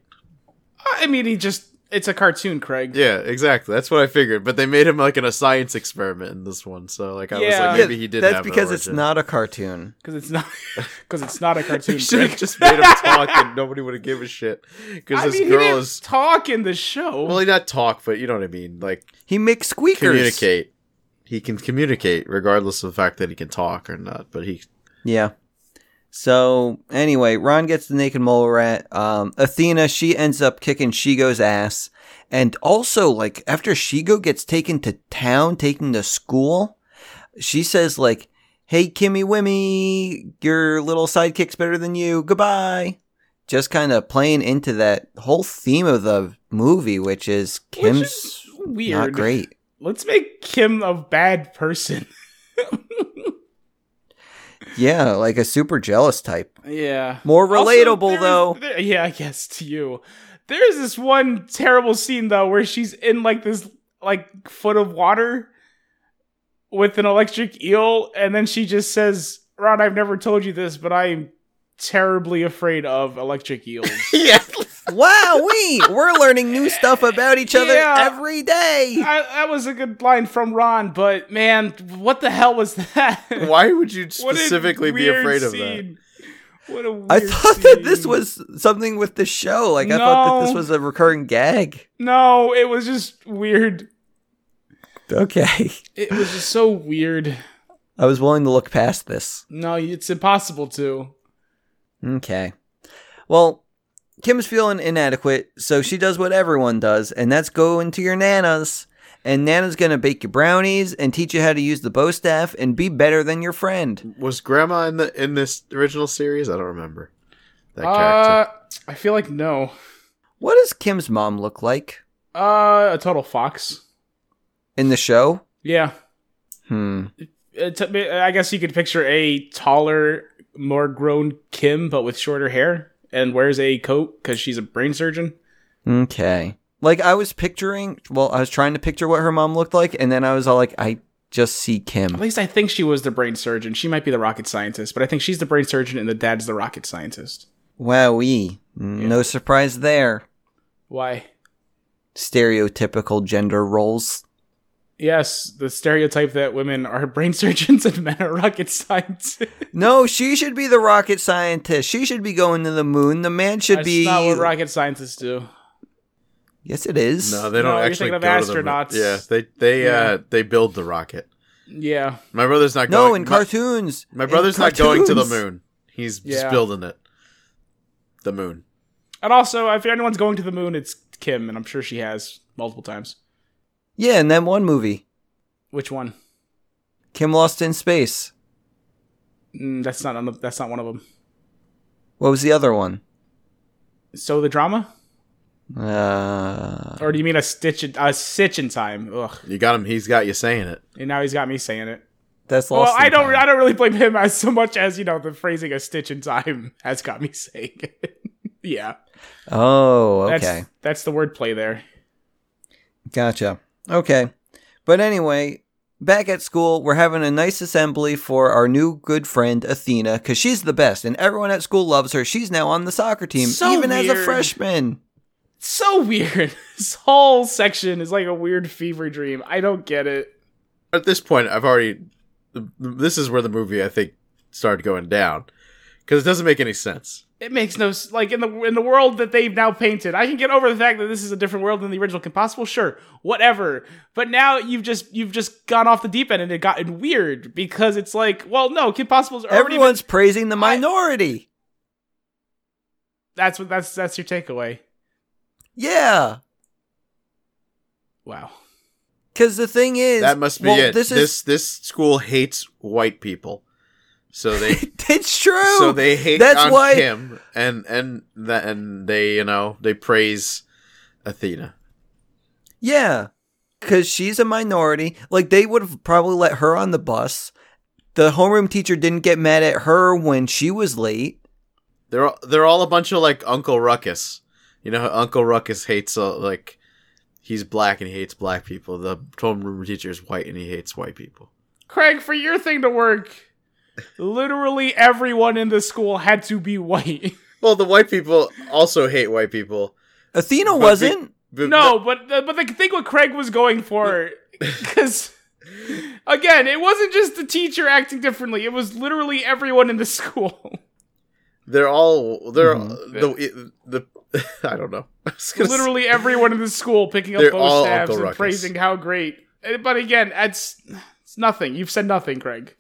[SPEAKER 4] Uh, I mean, he just—it's a cartoon, Craig.
[SPEAKER 3] Yeah, exactly. That's what I figured. But they made him like in a science experiment in this one. So like I was
[SPEAKER 4] Yeah.
[SPEAKER 3] like, maybe he did.
[SPEAKER 2] That's
[SPEAKER 3] have an
[SPEAKER 2] because it's
[SPEAKER 3] origin.
[SPEAKER 2] not a cartoon.
[SPEAKER 4] Because it's not, because it's not a cartoon.
[SPEAKER 3] You should have
[SPEAKER 4] Craig.
[SPEAKER 3] just made him talk, and nobody would have given a shit. Because
[SPEAKER 4] I
[SPEAKER 3] this
[SPEAKER 4] mean, he
[SPEAKER 3] girl
[SPEAKER 4] didn't
[SPEAKER 3] is
[SPEAKER 4] talk in the show.
[SPEAKER 3] well, he not talk, but you know what I mean. Like
[SPEAKER 2] He makes squeakers.
[SPEAKER 3] communicate. He can communicate regardless of the fact that he can talk or not. But he
[SPEAKER 2] Yeah. So anyway, Ron gets the naked mole rat. Um, Athena, she ends up kicking Shigo's ass. And also, like, after Shigo gets taken to town, taken to school, she says, like, hey, Kimmy Wimmy, your little sidekick's better than you. Goodbye. Just kind of playing into that whole theme of the movie, which is
[SPEAKER 4] Which
[SPEAKER 2] Kim's
[SPEAKER 4] is weird.
[SPEAKER 2] not great.
[SPEAKER 4] Let's make Kim a bad person.
[SPEAKER 2] Yeah, like a super jealous type.
[SPEAKER 4] Yeah.
[SPEAKER 2] More
[SPEAKER 4] Also,
[SPEAKER 2] relatable,
[SPEAKER 4] there is-
[SPEAKER 2] though.
[SPEAKER 4] there- yeah, I guess to you. There's this one terrible scene though where she's in like this like foot of water with an electric eel, and then she just says, "Ron, I've never told you this, but I'm terribly afraid of electric eels."
[SPEAKER 3] yeah.
[SPEAKER 2] Wow, we we're learning new stuff about each other
[SPEAKER 4] Yeah.
[SPEAKER 2] every day.
[SPEAKER 4] I, that was a good line from Ron, but man, what the hell was that?
[SPEAKER 3] Why would you
[SPEAKER 4] What a
[SPEAKER 3] specifically be
[SPEAKER 4] weird
[SPEAKER 3] afraid of that?
[SPEAKER 4] scene. What a
[SPEAKER 2] I
[SPEAKER 4] weird
[SPEAKER 2] thought that this
[SPEAKER 4] scene.
[SPEAKER 2] was something with the show. Like I thought that this
[SPEAKER 4] No.
[SPEAKER 2] was a recurring gag.
[SPEAKER 4] no, it was just weird.
[SPEAKER 2] Okay.
[SPEAKER 4] It was just so weird.
[SPEAKER 2] I was willing to look past this.
[SPEAKER 4] No, it's impossible to.
[SPEAKER 2] Okay. Well, Kim's feeling inadequate, so she does what everyone does, and that's go into your nana's. And Nana's gonna bake you brownies and teach you how to use the bow staff and be better than your friend.
[SPEAKER 3] Was Grandma in the in this original series? I don't remember that
[SPEAKER 4] Uh,
[SPEAKER 3] character.
[SPEAKER 4] I feel like no.
[SPEAKER 2] What does Kim's mom look like
[SPEAKER 4] Uh, a total fox.
[SPEAKER 2] in the show?
[SPEAKER 4] Yeah.
[SPEAKER 2] Hmm.
[SPEAKER 4] It took me- I guess you could picture a taller, more grown Kim, but with shorter hair and wears a coat because she's a brain surgeon.
[SPEAKER 2] Okay. Like I was picturing, well, I was trying to picture what her mom looked like, and then I was all like, I just see
[SPEAKER 4] At
[SPEAKER 2] Kim.
[SPEAKER 4] least I think she was the brain surgeon. She might be the rocket scientist, but I think she's the brain surgeon and the dad's the rocket scientist.
[SPEAKER 2] Wowee. No surprise there.
[SPEAKER 4] Why?
[SPEAKER 2] Stereotypical gender roles.
[SPEAKER 4] Yes, the stereotype that women are brain surgeons and men are rocket scientists.
[SPEAKER 2] No, she should be the rocket scientist. She should be going to the moon. The man should
[SPEAKER 4] That's
[SPEAKER 2] be.
[SPEAKER 4] not what rocket scientists do.
[SPEAKER 2] yes, it is.
[SPEAKER 3] no, they don't
[SPEAKER 4] No, you're
[SPEAKER 3] actually
[SPEAKER 4] thinking of
[SPEAKER 3] go
[SPEAKER 4] astronauts.
[SPEAKER 3] To the, moon. yeah, they they uh
[SPEAKER 4] Yeah.
[SPEAKER 3] they build the rocket.
[SPEAKER 4] Yeah.
[SPEAKER 3] My brother's not
[SPEAKER 2] No,
[SPEAKER 3] going.
[SPEAKER 2] in
[SPEAKER 3] my-
[SPEAKER 2] cartoons.
[SPEAKER 3] My
[SPEAKER 2] In
[SPEAKER 3] brother's not going to the
[SPEAKER 2] cartoons.
[SPEAKER 3] moon. He's just
[SPEAKER 4] Yeah.
[SPEAKER 3] building it. The moon.
[SPEAKER 4] And also, if anyone's going to the moon, it's Kim, and I'm sure she has multiple times.
[SPEAKER 2] Yeah, in that one movie,
[SPEAKER 4] Which one?
[SPEAKER 2] Kim Lost in Space.
[SPEAKER 4] Mm, that's not on the, that's not one of them.
[SPEAKER 2] What was the other one?
[SPEAKER 4] So the drama?
[SPEAKER 2] Uh,
[SPEAKER 4] Or do you mean a stitch in, a stitch in time? Ugh.
[SPEAKER 3] You got him. He's got you saying it.
[SPEAKER 4] And now he's got me saying it.
[SPEAKER 2] that's
[SPEAKER 4] Well,
[SPEAKER 2] lost.
[SPEAKER 4] I
[SPEAKER 2] in
[SPEAKER 4] don't.
[SPEAKER 2] Time.
[SPEAKER 4] I don't really blame him as so much as you know the phrasing "a stitch in time" has got me saying it. yeah.
[SPEAKER 2] Oh, okay.
[SPEAKER 4] That's, That's the word play there.
[SPEAKER 2] Gotcha. Okay. But anyway, back at school, we're having a nice assembly for our new good friend Athena because she's the best and everyone at school loves her. She's now on the soccer team,
[SPEAKER 4] So
[SPEAKER 2] even as a
[SPEAKER 4] weird.
[SPEAKER 2] freshman.
[SPEAKER 4] So weird. this whole section is like a weird fever dream. I don't get it.
[SPEAKER 3] At this point, I've already. This is where the movie I think started going down because it doesn't make any sense.
[SPEAKER 4] It makes no s- like in the in the world that they've now painted. I can get over the fact that this is a different world than the original Impossible, sure, whatever. But now you've just you've just gone off the deep end and it gotten weird because it's like, well, no, Kid Possible's already been-
[SPEAKER 2] Everyone's praising the minority.
[SPEAKER 4] that's what that's that's your takeaway.
[SPEAKER 2] yeah.
[SPEAKER 4] Wow.
[SPEAKER 2] Because the thing is,
[SPEAKER 3] That must be
[SPEAKER 2] well,
[SPEAKER 3] it.
[SPEAKER 2] This
[SPEAKER 3] This,
[SPEAKER 2] is
[SPEAKER 3] this school hates white people, so they
[SPEAKER 2] it's true.
[SPEAKER 3] so they hate
[SPEAKER 2] That's
[SPEAKER 3] on
[SPEAKER 2] why-
[SPEAKER 3] him and and that and they you know they praise Athena.
[SPEAKER 2] Yeah, because she's a minority. Like, they would have probably let her on the bus. The homeroom teacher didn't get mad at her when she was late.
[SPEAKER 3] They're all, they're all a bunch of like Uncle Ruckus. You know, how Uncle Ruckus hates uh, like he's black and he hates black people. The homeroom teacher is white and he hates white people.
[SPEAKER 4] Craig, for your thing to work, literally everyone in the school had to be white.
[SPEAKER 3] Well, the white people also hate white people.
[SPEAKER 2] Athena
[SPEAKER 3] we-
[SPEAKER 2] wasn't.
[SPEAKER 3] But-
[SPEAKER 4] No, but but the, think what Craig was going for, because again, it wasn't just the teacher acting differently; it was literally everyone in the school.
[SPEAKER 3] they're all they're
[SPEAKER 2] Mhm.
[SPEAKER 3] the the I don't know. I was gonna say-
[SPEAKER 4] literally everyone in the school picking up
[SPEAKER 3] They're
[SPEAKER 4] both
[SPEAKER 3] all
[SPEAKER 4] stabs
[SPEAKER 3] Uncle
[SPEAKER 4] and
[SPEAKER 3] Ruckus.
[SPEAKER 4] praising how great. Uh, But again, it's it's nothing. You've said nothing, Craig.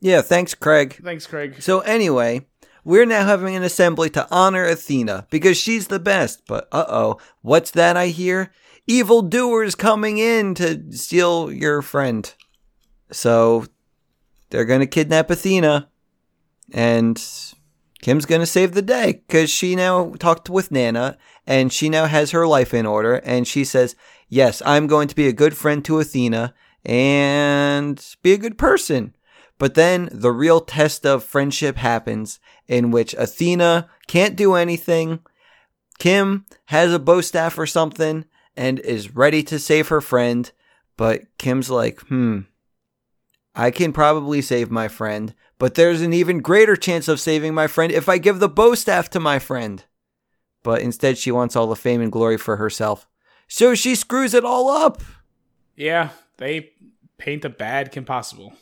[SPEAKER 2] Yeah, thanks, Craig.
[SPEAKER 4] Thanks, Craig.
[SPEAKER 2] So, anyway, we're now having an assembly to honor Athena because she's the best. But uh oh, what's that I hear? Evildoers coming in to steal your friend. So, they're going to kidnap Athena. And Kim's going to save the day because she now talked with Nana and she now has her life in order. And she says, Yes, I'm going to be a good friend to Athena and be a good person. But then the real test of friendship happens in which Athena can't do anything. Kim has a bow staff or something and is ready to save her friend. But Kim's like, hmm, I can probably save my friend, but there's an even greater chance of saving my friend if I give the bow staff to my friend. But instead, she wants all the fame and glory for herself. So she screws it all up.
[SPEAKER 4] Yeah, they paint a bad Kim Possible.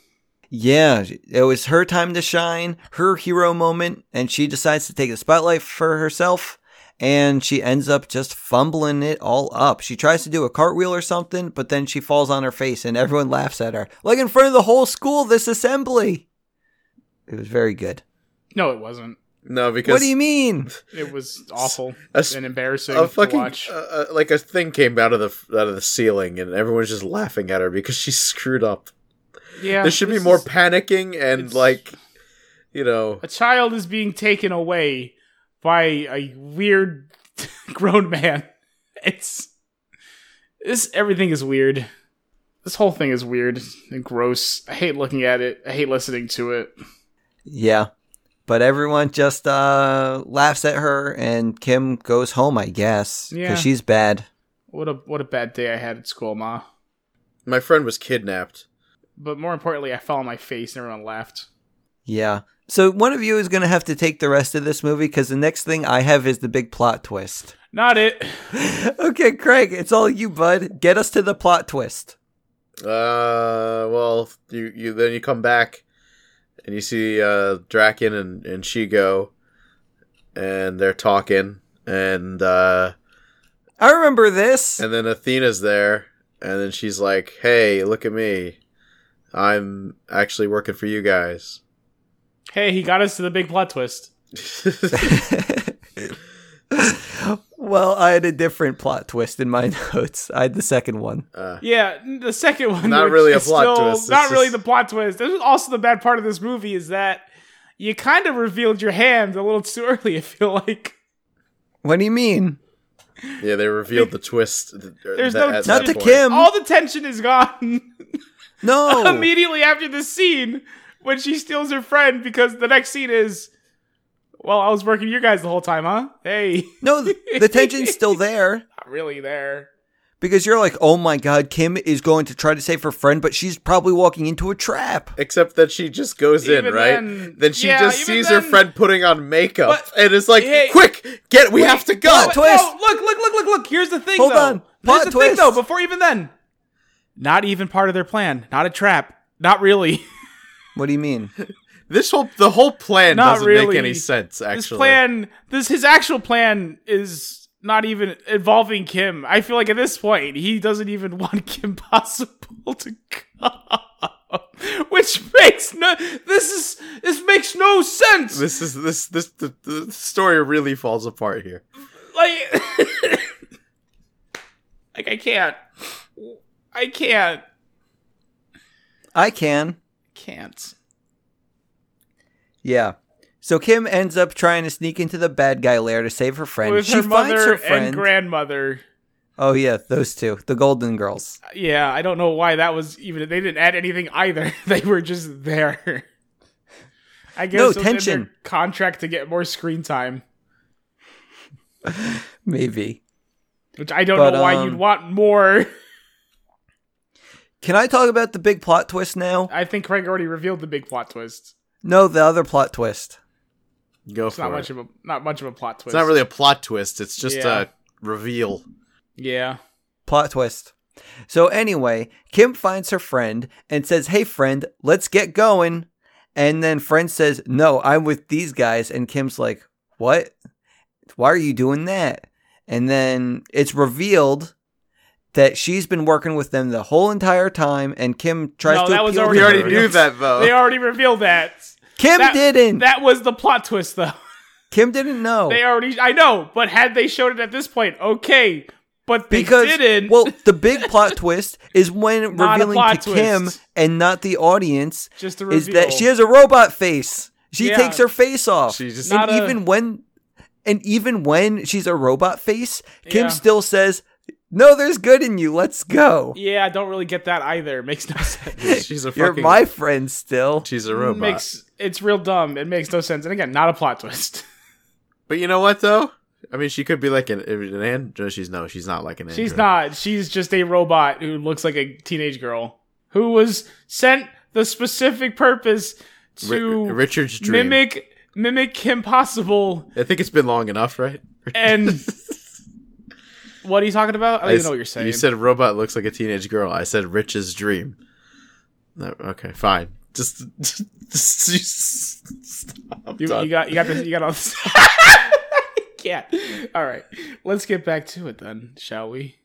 [SPEAKER 2] Yeah, it was her time to shine, her hero moment, and she decides to take the spotlight for herself. And she ends up just fumbling it all up. She tries to do a cartwheel or something, but then she falls on her face, and everyone laughs at her, like in front of the whole school. This assembly. It was very good.
[SPEAKER 4] No, it wasn't.
[SPEAKER 3] no because
[SPEAKER 2] What do you mean?
[SPEAKER 4] It was awful
[SPEAKER 3] A s-
[SPEAKER 4] and embarrassing
[SPEAKER 3] a
[SPEAKER 4] to
[SPEAKER 3] fucking
[SPEAKER 4] watch.
[SPEAKER 3] uh, uh, like a thing came out of the out of the ceiling and everyone's just laughing at her because she screwed up.
[SPEAKER 4] yeah,
[SPEAKER 3] there should be
[SPEAKER 4] this
[SPEAKER 3] more
[SPEAKER 4] is-
[SPEAKER 3] panicking and
[SPEAKER 4] it's-
[SPEAKER 3] like you know
[SPEAKER 4] a child is being taken away by a weird grown man. It's this everything is weird. This whole thing is weird and gross. I hate looking at it. I hate listening to it.
[SPEAKER 2] Yeah, but everyone just uh, laughs at her, and Kim goes home, I guess, because
[SPEAKER 4] Yeah.
[SPEAKER 2] she's bad.
[SPEAKER 4] What a what a bad day I had at school, ma.
[SPEAKER 3] my friend was kidnapped.
[SPEAKER 4] But more importantly, I fell on my face and everyone laughed.
[SPEAKER 2] Yeah. So one of you is going to have to take the rest of this movie because the next thing I have is the big plot twist.
[SPEAKER 4] Not it.
[SPEAKER 2] okay, Craig, it's all you, bud. Get us to the plot twist.
[SPEAKER 3] Uh well you you then you come back and you see uh Draken and and Shigo and they're talking and uh
[SPEAKER 2] I remember this.
[SPEAKER 3] And then Athena's there, and then she's like, "Hey, look at me! I'm actually working for you guys."
[SPEAKER 4] Hey, he got us to the big plot twist.
[SPEAKER 2] well, I had a different plot twist in my notes. I had the second one.
[SPEAKER 3] uh,
[SPEAKER 4] Yeah, the second one.
[SPEAKER 3] Not
[SPEAKER 4] which
[SPEAKER 3] really a
[SPEAKER 4] is
[SPEAKER 3] plot
[SPEAKER 4] still
[SPEAKER 3] twist, it's
[SPEAKER 4] Not really
[SPEAKER 3] just-
[SPEAKER 4] the plot twist. This is also the bad part of this movie is that you kind of revealed your hand a little too early. I feel like
[SPEAKER 2] What do you mean?
[SPEAKER 3] Yeah, they revealed the twist. th- er,
[SPEAKER 4] There's
[SPEAKER 3] that-
[SPEAKER 4] no
[SPEAKER 3] at
[SPEAKER 4] twist.
[SPEAKER 3] that
[SPEAKER 2] Not to
[SPEAKER 3] point.
[SPEAKER 2] Kim.
[SPEAKER 4] All the tension is gone
[SPEAKER 2] No.
[SPEAKER 4] immediately after this scene when she steals her friend because the next scene is, well, I was working your guys the whole time, huh? Hey,
[SPEAKER 2] No, th- the tension's still there
[SPEAKER 4] not really there.
[SPEAKER 2] because you're like, "Oh my god, Kim is going to try to save her friend, but she's probably walking into a trap."
[SPEAKER 3] Except that she just goes in,
[SPEAKER 4] Even
[SPEAKER 3] right?
[SPEAKER 4] then-
[SPEAKER 3] Then, she
[SPEAKER 4] yeah,
[SPEAKER 3] just
[SPEAKER 4] even
[SPEAKER 3] sees her
[SPEAKER 4] then-
[SPEAKER 3] friend putting on makeup
[SPEAKER 4] But-
[SPEAKER 3] and is like,
[SPEAKER 4] Hey-
[SPEAKER 3] "Quick, get! We have to go."
[SPEAKER 2] what? Twist.
[SPEAKER 4] No, look, look, look, look, look. Here's the thing,
[SPEAKER 2] Hold
[SPEAKER 4] though.
[SPEAKER 2] on.
[SPEAKER 4] Here's
[SPEAKER 2] Plot
[SPEAKER 4] the thing,
[SPEAKER 2] twist.
[SPEAKER 4] though. Before even then, not even part of their plan. Not a trap. Not really.
[SPEAKER 2] What do you mean?
[SPEAKER 3] This whole the whole plan
[SPEAKER 4] Not
[SPEAKER 3] doesn't
[SPEAKER 4] really.
[SPEAKER 3] make any sense. Actually,
[SPEAKER 4] This plan, this his actual plan is not even involving Kim. I feel like at this point he doesn't even want Kim Possible to come, which makes no. This is this makes no sense.
[SPEAKER 3] this is this this the, the story really falls apart here.
[SPEAKER 4] like like I can't. I can't.
[SPEAKER 2] I can.
[SPEAKER 4] Can't.
[SPEAKER 2] Yeah. So Kim ends up trying to sneak into the bad guy lair to save her friend.
[SPEAKER 4] With
[SPEAKER 2] she
[SPEAKER 4] her
[SPEAKER 2] finds
[SPEAKER 4] mother
[SPEAKER 2] her friend.
[SPEAKER 4] and grandmother.
[SPEAKER 2] oh yeah, those two, the Golden Girls.
[SPEAKER 4] Yeah, I don't know why that was even. They didn't add anything either. they were just there. I guess
[SPEAKER 2] No,
[SPEAKER 4] it was in their
[SPEAKER 2] tension.
[SPEAKER 4] contract to get more screen time,
[SPEAKER 2] Maybe.
[SPEAKER 4] which I don't
[SPEAKER 2] But,
[SPEAKER 4] know why
[SPEAKER 2] um,
[SPEAKER 4] you'd want more.
[SPEAKER 2] Can I talk about the big plot twist now?
[SPEAKER 4] I think Craig already revealed the big plot twist.
[SPEAKER 2] No, the other plot twist.
[SPEAKER 3] Go
[SPEAKER 4] It's
[SPEAKER 3] for
[SPEAKER 4] not
[SPEAKER 3] it.
[SPEAKER 4] much of a not much of a plot twist.
[SPEAKER 3] it's not really a plot twist. It's just
[SPEAKER 4] Yeah.
[SPEAKER 3] a reveal.
[SPEAKER 4] Yeah.
[SPEAKER 2] Plot twist. So anyway, Kim finds her friend and says, "Hey friend, let's get going." And then friend says, "No, I'm with these guys." And Kim's like, "What? Why are you doing that?" And then it's revealed that she's been working with them the whole entire time and Kim tries
[SPEAKER 4] No,
[SPEAKER 2] to
[SPEAKER 4] that was
[SPEAKER 2] appeal
[SPEAKER 4] already
[SPEAKER 2] to
[SPEAKER 3] We already
[SPEAKER 2] her.
[SPEAKER 4] revealed.
[SPEAKER 3] knew that though.
[SPEAKER 4] They already revealed that.
[SPEAKER 2] Kim
[SPEAKER 4] That-
[SPEAKER 2] didn't.
[SPEAKER 4] That was the plot twist, though.
[SPEAKER 2] Kim didn't know.
[SPEAKER 4] They already. I know, but had they showed it at this point, okay. But they
[SPEAKER 2] because
[SPEAKER 4] didn't.
[SPEAKER 2] well, the big plot twist is when
[SPEAKER 4] Not a
[SPEAKER 2] revealing to
[SPEAKER 4] plot
[SPEAKER 2] Kim
[SPEAKER 4] twist.
[SPEAKER 2] and not the audience
[SPEAKER 4] just to reveal.
[SPEAKER 2] is that she has a robot face. She
[SPEAKER 4] Yeah.
[SPEAKER 2] takes her face off.
[SPEAKER 3] She just-
[SPEAKER 4] Not
[SPEAKER 2] and
[SPEAKER 4] a-
[SPEAKER 2] even when and even when she's a robot face, Kim
[SPEAKER 4] Yeah.
[SPEAKER 2] still says, "No, there's good in you. Let's go.
[SPEAKER 4] Yeah, I don't really get that either. Makes no sense.
[SPEAKER 3] she's a
[SPEAKER 2] You're
[SPEAKER 3] fucking.
[SPEAKER 2] my friend still."
[SPEAKER 3] she's a robot.
[SPEAKER 4] Makes it's real dumb. It makes no sense. And again, not a plot twist.
[SPEAKER 3] But you know what though? I mean, she could be like an an android. She's no, she's not like an android.
[SPEAKER 4] She's not. She's just a robot who looks like a teenage girl who was sent the specific purpose
[SPEAKER 3] Ri-
[SPEAKER 4] to
[SPEAKER 3] Richard's dream.
[SPEAKER 4] mimic mimic Kim Possible.
[SPEAKER 3] I think it's been long enough, right?
[SPEAKER 4] And what are you talking about? I don't
[SPEAKER 3] I
[SPEAKER 4] even
[SPEAKER 3] s-
[SPEAKER 4] know what you're saying.
[SPEAKER 3] You said robot looks like a teenage girl. I said Rich's dream. No, okay, fine. Just, just, stop.
[SPEAKER 4] you, you got you got this. You got all this. Can't. All right, let's get back to it then, shall we?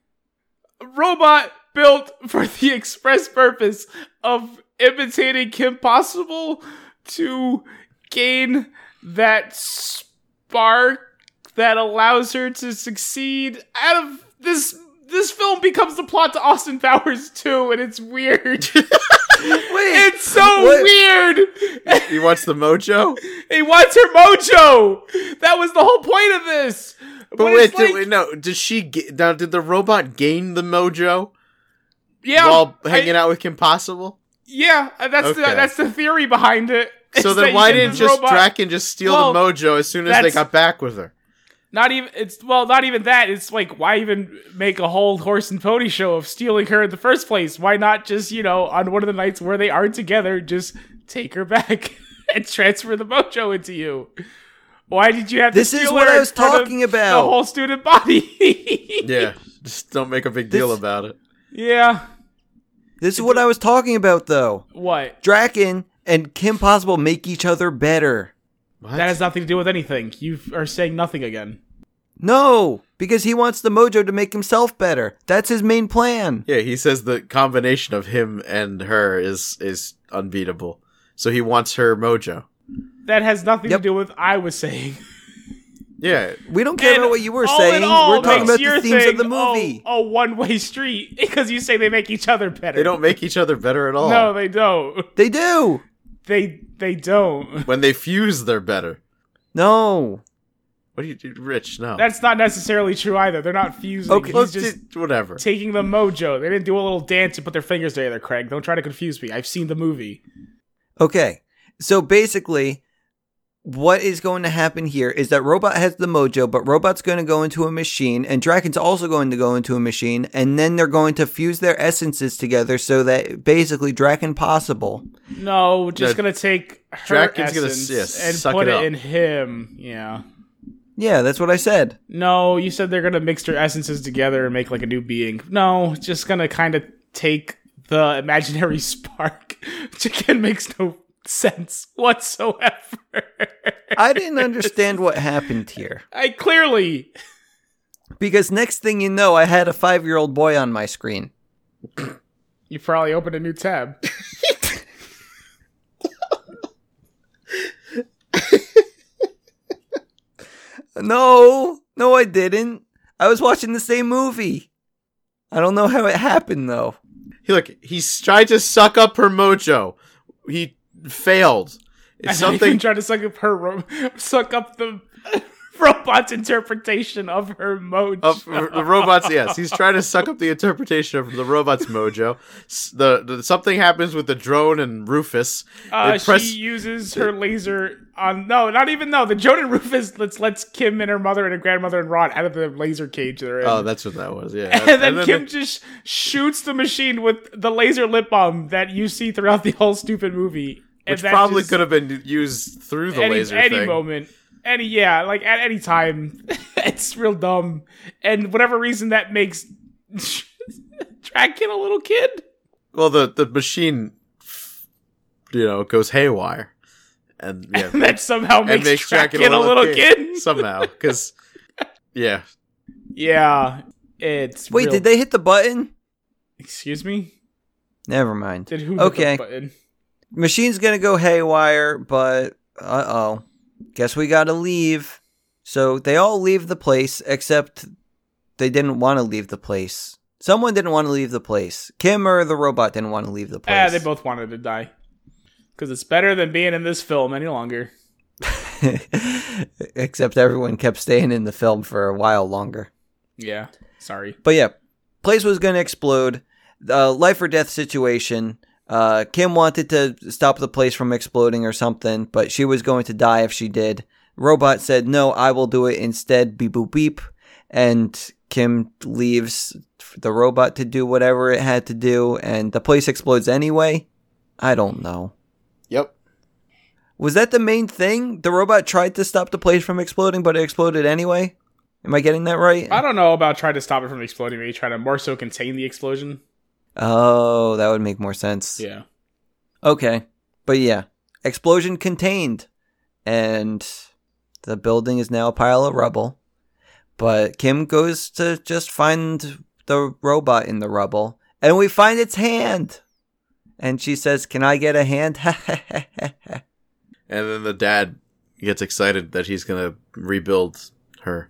[SPEAKER 4] A robot built for the express purpose of imitating Kim Possible to gain that spark that allows her to succeed. Out of this, this film becomes the plot to Austin Powers 2, and it's weird. it's so
[SPEAKER 2] what?
[SPEAKER 4] weird.
[SPEAKER 3] he wants the mojo.
[SPEAKER 4] He wants her mojo. That was the whole point of this. But,
[SPEAKER 3] But wait,
[SPEAKER 4] it's
[SPEAKER 3] did,
[SPEAKER 4] like,
[SPEAKER 3] wait, no. Did she get, now? Did the robot gain the mojo
[SPEAKER 4] yeah,
[SPEAKER 3] while
[SPEAKER 4] I-
[SPEAKER 3] hanging out with Kim Possible?
[SPEAKER 4] yeah, uh, that's the
[SPEAKER 3] Okay.
[SPEAKER 4] that's the theory behind it.
[SPEAKER 3] So
[SPEAKER 4] It's that
[SPEAKER 3] then,
[SPEAKER 4] you
[SPEAKER 3] why
[SPEAKER 4] get
[SPEAKER 3] didn't
[SPEAKER 4] this
[SPEAKER 3] just
[SPEAKER 4] robot-
[SPEAKER 3] Draken just steal
[SPEAKER 4] Well,
[SPEAKER 3] the mojo as soon as they
[SPEAKER 4] that's-
[SPEAKER 3] got back with her?
[SPEAKER 4] Not even it's well, not even that. It's like why even make a whole horse and pony show of stealing her in the first place? Why not just you know on one of the nights where they are together, just take her back and transfer the mojo into you? Why did you have
[SPEAKER 2] This
[SPEAKER 4] to
[SPEAKER 2] is
[SPEAKER 4] steal
[SPEAKER 2] what
[SPEAKER 4] her
[SPEAKER 2] I
[SPEAKER 4] in
[SPEAKER 2] was
[SPEAKER 4] front of
[SPEAKER 2] talking about.
[SPEAKER 4] The whole student body.
[SPEAKER 3] Yeah, just don't make a big deal
[SPEAKER 2] This-
[SPEAKER 3] about it.
[SPEAKER 4] yeah.
[SPEAKER 2] This is what I was talking about though.
[SPEAKER 4] What?
[SPEAKER 2] Draken and Kim Possible make each other better.
[SPEAKER 3] What?
[SPEAKER 4] That has nothing to do with anything. You are saying nothing again.
[SPEAKER 2] No, because he wants the mojo to make himself better. That's his main plan.
[SPEAKER 3] Yeah, he says the combination of him and her is is unbeatable. So he wants her mojo.
[SPEAKER 4] That has nothing
[SPEAKER 2] Yep.
[SPEAKER 4] to do with I was saying.
[SPEAKER 3] Yeah,
[SPEAKER 2] We don't care
[SPEAKER 4] And
[SPEAKER 2] about what you were
[SPEAKER 4] all in
[SPEAKER 2] saying.
[SPEAKER 4] all,
[SPEAKER 2] We're talking
[SPEAKER 4] makes
[SPEAKER 2] about
[SPEAKER 4] your
[SPEAKER 2] the themes
[SPEAKER 4] thing Oh,
[SPEAKER 2] of the movie.
[SPEAKER 4] A, a one-way street because you say they make each other better.
[SPEAKER 3] they don't make each other better at all.
[SPEAKER 4] No, they don't.
[SPEAKER 2] They do.
[SPEAKER 4] They they don't.
[SPEAKER 3] when they fuse, they're better.
[SPEAKER 2] No.
[SPEAKER 3] What do you do, Rich? No,
[SPEAKER 4] That's not necessarily true either. They're not fusing.
[SPEAKER 2] Okay.
[SPEAKER 3] Let's
[SPEAKER 4] He's just
[SPEAKER 3] do- whatever.
[SPEAKER 4] taking the mojo. They didn't do a little dance and put their fingers together, Craig. Don't try to confuse me. I've seen the movie.
[SPEAKER 2] Okay. So basically, what is going to happen here is that Robot has the mojo, but Robot's going to go into a machine, and Draken's also going to go into a machine, and then they're going to fuse their essences together so that basically Draken possible.
[SPEAKER 4] No, we're just
[SPEAKER 3] No,
[SPEAKER 4] gonna take her
[SPEAKER 3] Draken's gonna,
[SPEAKER 4] essence
[SPEAKER 3] yes,
[SPEAKER 4] and
[SPEAKER 3] suck
[SPEAKER 4] put
[SPEAKER 3] it
[SPEAKER 4] it,
[SPEAKER 3] up.
[SPEAKER 4] in him. Yeah.
[SPEAKER 2] Yeah, that's what I said.
[SPEAKER 4] No, you said they're gonna mix their essences together and make like a new being. No, just gonna kind of take the imaginary spark. Which again makes no sense whatsoever.
[SPEAKER 2] I didn't understand what happened here
[SPEAKER 4] I clearly
[SPEAKER 2] because next thing you know, I had a five year old boy on my screen.
[SPEAKER 4] you probably opened a new tab.
[SPEAKER 2] No, no, I didn't. I was watching the same movie. I don't know how it happened though.
[SPEAKER 3] He, look, he's tried to suck up her mojo. He failed. It's something.
[SPEAKER 4] trying to suck up her ro- suck up the robot's interpretation of her mojo.
[SPEAKER 3] Of the robots, yes, he's trying to suck up the interpretation of the robot's mojo. S- The, the something happens with the drone and Rufus.
[SPEAKER 4] Uh,
[SPEAKER 3] They press-
[SPEAKER 4] she uses her laser on no, not even no. The Jonan Rufus lets lets Kim and her mother and her grandmother and Rod out of the laser cage they're in.
[SPEAKER 3] oh, that's what that was. Yeah,
[SPEAKER 4] and then
[SPEAKER 3] And then
[SPEAKER 4] Kim just shoots the machine with the laser lip balm that you see throughout the whole stupid movie. And
[SPEAKER 3] which
[SPEAKER 4] that
[SPEAKER 3] probably
[SPEAKER 4] just-
[SPEAKER 3] could have been used through the
[SPEAKER 4] any,
[SPEAKER 3] laser
[SPEAKER 4] any
[SPEAKER 3] thing.
[SPEAKER 4] moment any yeah like at any time it's real dumb and whatever reason that makes Draken a little kid
[SPEAKER 3] Well, the the machine, you know, goes haywire, and yeah,
[SPEAKER 4] and that somehow
[SPEAKER 3] and
[SPEAKER 4] makes, Draken, a little kid,
[SPEAKER 3] somehow because yeah,
[SPEAKER 4] yeah it's
[SPEAKER 2] Wait,
[SPEAKER 4] real-
[SPEAKER 2] did they hit the button?
[SPEAKER 4] excuse me
[SPEAKER 2] Never mind.
[SPEAKER 4] did who hit the
[SPEAKER 2] okay,
[SPEAKER 4] button?
[SPEAKER 2] machine's gonna go haywire, but uh oh, guess we gotta leave. So they all leave the place except they didn't want to leave the place. Someone didn't want to leave the place. Kim or the robot didn't want to leave the place.
[SPEAKER 4] ah they both wanted to die because it's better than being in this film any longer
[SPEAKER 2] except everyone kept staying in the film for a while longer.
[SPEAKER 4] yeah sorry
[SPEAKER 2] But yeah, place was going to explode. Uh, life or death situation. Uh, Kim wanted to stop the place from exploding or something, but she was going to die if she did. Robot said, "No, I will do it instead." Beep boop beep, and Kim leaves the robot to do whatever it had to do, and the place explodes anyway. I don't know.
[SPEAKER 3] yep.
[SPEAKER 2] Was that the main thing? The robot tried to stop the place from exploding, but it exploded anyway. Am I getting that right?
[SPEAKER 4] I don't know about trying to stop it from exploding maybe trying to more so contain the explosion
[SPEAKER 2] Oh, that would make more sense.
[SPEAKER 4] yeah
[SPEAKER 2] Okay. But yeah, explosion contained. And the building is now a pile of rubble. But Kim goes to just find the robot in the rubble. And we find its hand. And she says, Can I get a hand?
[SPEAKER 3] And then the dad gets excited that he's gonna rebuild her.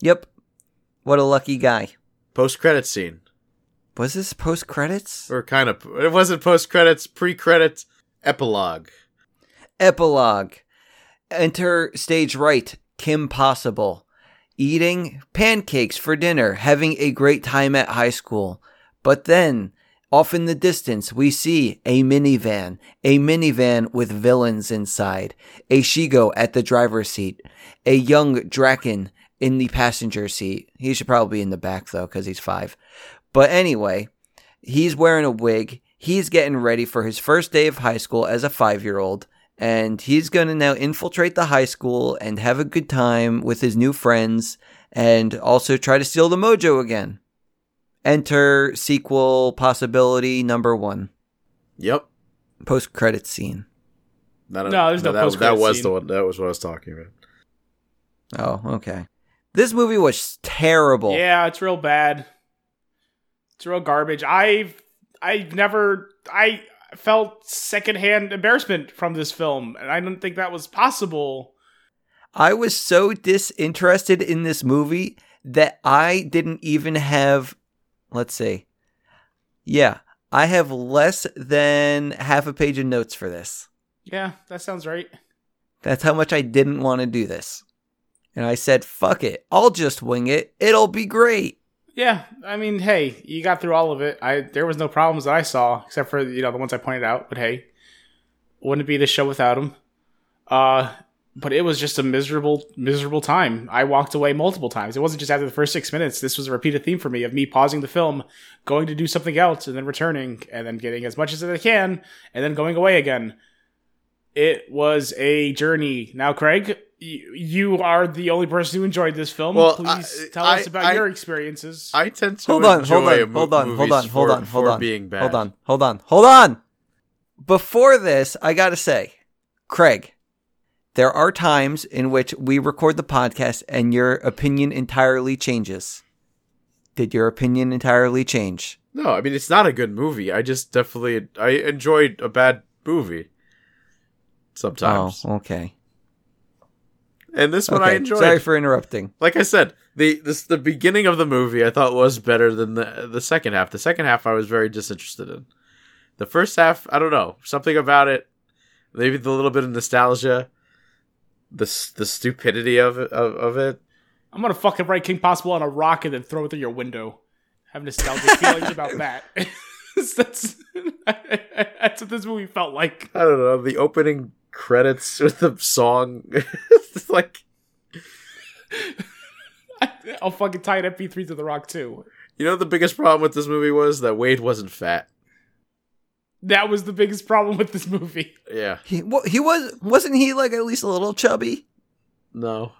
[SPEAKER 2] yep. What a lucky guy.
[SPEAKER 3] Post credit scene
[SPEAKER 2] Was this post credits?
[SPEAKER 3] or kind of it wasn't post credits, pre credit epilogue.
[SPEAKER 2] Epilogue. Enter stage right, Kim Possible. Eating pancakes for dinner, having a great time at high school. But then, off in the distance, we see a minivan, a minivan with villains inside, a Shigo at the driver's seat, a young Draken in the passenger seat. He should probably be in the back though, because he's five. But anyway, he's wearing a wig. He's getting ready for his first day of high school as a five year old. And he's going to now infiltrate the high school and have a good time with his new friends and also try to steal the mojo again. Enter sequel possibility number one
[SPEAKER 3] Yep.
[SPEAKER 2] post credit scene.
[SPEAKER 3] Not
[SPEAKER 4] No, there's no
[SPEAKER 3] that,
[SPEAKER 4] post-credit
[SPEAKER 3] That was the
[SPEAKER 4] scene.
[SPEAKER 3] one. That was what I was talking about.
[SPEAKER 2] Oh, okay. This movie was terrible.
[SPEAKER 4] Yeah, it's real bad. It's real garbage. I've I've never I felt secondhand embarrassment from this film, and I didn't think that was possible.
[SPEAKER 2] I was so disinterested in this movie that I didn't even have, let's see. Yeah, I have less than half a page of notes for this
[SPEAKER 4] Yeah, that sounds right.
[SPEAKER 2] That's how much I didn't want to do this. And I said, fuck it. I'll just wing it. It'll be great.
[SPEAKER 4] Yeah, I mean, hey, you got through all of it. I there was no problems that I saw, except for you know the ones I pointed out. But hey, wouldn't it be the show without him? Uh, but it was just a miserable, miserable time. I walked away multiple times. It wasn't just after the first six minutes. This was a repeated theme for me of me pausing the film, going to do something else, and then returning, and then getting as much as I can, and then going away again. It was a journey. Now, Craig, you, you are the only person who enjoyed this film.
[SPEAKER 3] Well,
[SPEAKER 4] Please
[SPEAKER 3] I-
[SPEAKER 4] tell
[SPEAKER 3] I-
[SPEAKER 4] us about
[SPEAKER 3] I-
[SPEAKER 4] your experiences.
[SPEAKER 3] I tend to
[SPEAKER 2] Hold on,
[SPEAKER 3] enjoy
[SPEAKER 2] hold on,
[SPEAKER 3] mo-
[SPEAKER 2] hold on, hold
[SPEAKER 3] movies
[SPEAKER 2] on, hold
[SPEAKER 3] for-
[SPEAKER 2] on, hold
[SPEAKER 3] for
[SPEAKER 2] on.
[SPEAKER 3] being bad.
[SPEAKER 2] Hold on, hold on, hold on. Before this, I gotta say, Craig, there are times in which we record the podcast and your opinion entirely changes. Did your opinion entirely change?
[SPEAKER 3] No, I mean it's not a good movie. I just definitely I enjoyed a bad movie sometimes,
[SPEAKER 2] Oh, okay.
[SPEAKER 3] and this one I
[SPEAKER 2] Okay,
[SPEAKER 3] enjoyed.
[SPEAKER 2] Sorry for interrupting.
[SPEAKER 3] like I said, the this the beginning of the movie I thought was better than the the second half. The second half I was very disinterested in. The first half, I don't know, something about it, maybe the little bit of nostalgia, the s- the stupidity of it, of, of it.
[SPEAKER 4] I'm gonna fucking write King Possible on a rock and then throw it through your window. Have nostalgic feelings about that. that's, that's what this movie felt like.
[SPEAKER 3] I don't know, the opening credits with the song. it's like
[SPEAKER 4] I'll fucking tie an MP3 to the rock too.
[SPEAKER 3] you know the biggest problem with this movie was that Wade wasn't fat.
[SPEAKER 4] That was the biggest problem with this movie.
[SPEAKER 3] Yeah.
[SPEAKER 2] He, wa- he was wasn't he like at least a little chubby?
[SPEAKER 3] No.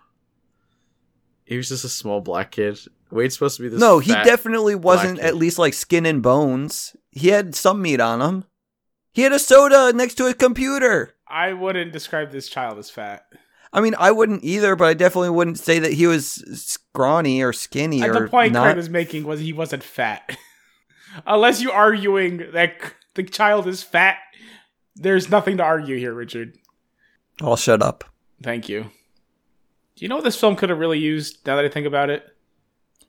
[SPEAKER 3] He was just a small black kid. Wade's supposed to be this
[SPEAKER 2] no, he
[SPEAKER 3] fat-
[SPEAKER 2] definitely wasn't
[SPEAKER 3] kid.
[SPEAKER 2] at least like skin and bones. He had some meat on him. He had a soda next to a computer.
[SPEAKER 4] I wouldn't describe this child as fat.
[SPEAKER 2] I mean, I wouldn't either, but I definitely wouldn't say that he was scrawny or skinny
[SPEAKER 4] At
[SPEAKER 2] or
[SPEAKER 4] the point
[SPEAKER 2] not.
[SPEAKER 4] Craig was making was he wasn't fat. Unless you're arguing that c- the child is fat, there's nothing to argue here, Richard.
[SPEAKER 2] I'll Oh, shut up.
[SPEAKER 4] Thank you. Do you know what this film could have really used? Now that I think about it.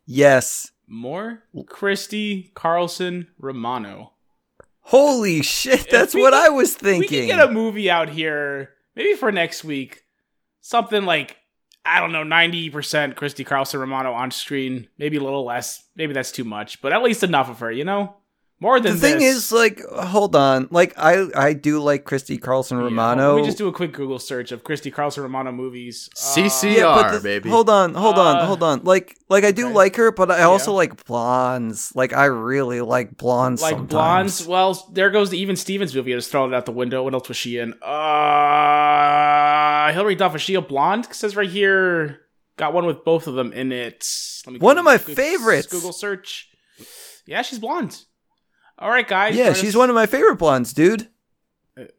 [SPEAKER 2] Yes.
[SPEAKER 4] Moore, Christie, Carlson, Romano.
[SPEAKER 2] Holy shit, that's
[SPEAKER 4] we
[SPEAKER 2] what
[SPEAKER 4] could-
[SPEAKER 2] I was
[SPEAKER 4] We
[SPEAKER 2] thinking.
[SPEAKER 4] could get a movie out here, maybe for next week. Something like I don't know, ninety percent Christie Carlson Romano on screen, maybe a little less. Maybe that's too much, but at least enough of her, you know. More than
[SPEAKER 2] the thing
[SPEAKER 4] this.
[SPEAKER 2] is, like, hold on. Like, I I do like Christy Carlson
[SPEAKER 4] Yeah,
[SPEAKER 2] Romano.
[SPEAKER 4] Let me just do a quick Google search of Christie Carlson Romano movies. Uh,
[SPEAKER 3] CC.
[SPEAKER 2] yeah, but
[SPEAKER 3] PR,
[SPEAKER 2] the-
[SPEAKER 3] baby.
[SPEAKER 2] Hold on, hold
[SPEAKER 4] Uh,
[SPEAKER 2] on, hold on. Like, like I do
[SPEAKER 4] okay.
[SPEAKER 2] like her, but I also
[SPEAKER 4] Yeah.
[SPEAKER 2] like blondes. Like, I really like blondes.
[SPEAKER 4] like blondes.
[SPEAKER 2] sometimes.
[SPEAKER 4] Well, there goes the even Stevens movie. I just thrown it out the window. What else was she in? Uh, Hillary Duff. Is she a blonde? 'Cause It says right here. Got one with both of them in it. Let me
[SPEAKER 2] One of my
[SPEAKER 4] Google-
[SPEAKER 2] favorites.
[SPEAKER 4] Google search. Yeah, she's blonde. All right, guys. Uh,
[SPEAKER 2] Yeah, she's one of my favorite blondes, dude.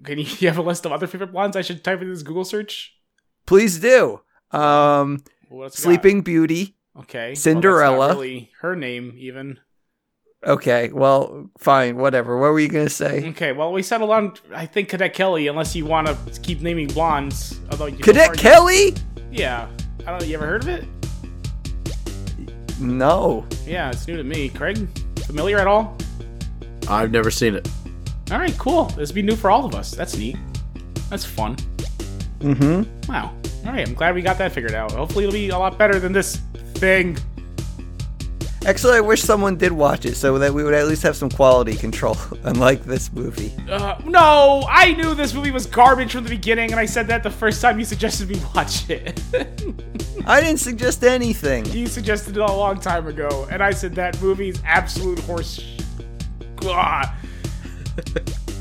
[SPEAKER 4] Can you, you have a list of other favorite blondes? I should type in this Google search.
[SPEAKER 2] Please do. Um,
[SPEAKER 4] What else we got?
[SPEAKER 2] Sleeping Beauty.
[SPEAKER 4] Okay. Well, that's not
[SPEAKER 2] Cinderella.
[SPEAKER 4] really her name even.
[SPEAKER 2] Okay, well, fine, whatever. What were you gonna say?
[SPEAKER 4] Okay. Well, we settled on I think Cadet Kelly. Unless you want to keep naming blondes, although you
[SPEAKER 2] Cadet
[SPEAKER 4] Kelly.
[SPEAKER 2] Kelly?
[SPEAKER 4] Yeah. I don't know. You ever heard of it?
[SPEAKER 2] No.
[SPEAKER 4] Yeah, it's new to me. Craig, familiar at all?
[SPEAKER 3] I've never seen it.
[SPEAKER 4] All right, cool. This will be new for all of us. That's neat. That's fun.
[SPEAKER 2] Mm-hmm.
[SPEAKER 4] Wow. All right, I'm glad we got that figured out. Hopefully, it'll be a lot better than this thing.
[SPEAKER 2] Actually, I wish someone did watch it so that we would at least have some quality control, unlike this movie.
[SPEAKER 4] Uh, no, I knew this movie was garbage from the beginning, and I said that the first time you suggested me watch it.
[SPEAKER 2] I didn't suggest anything.
[SPEAKER 4] you suggested it a long time ago, and I said that movie is absolute horse. sh- Gah.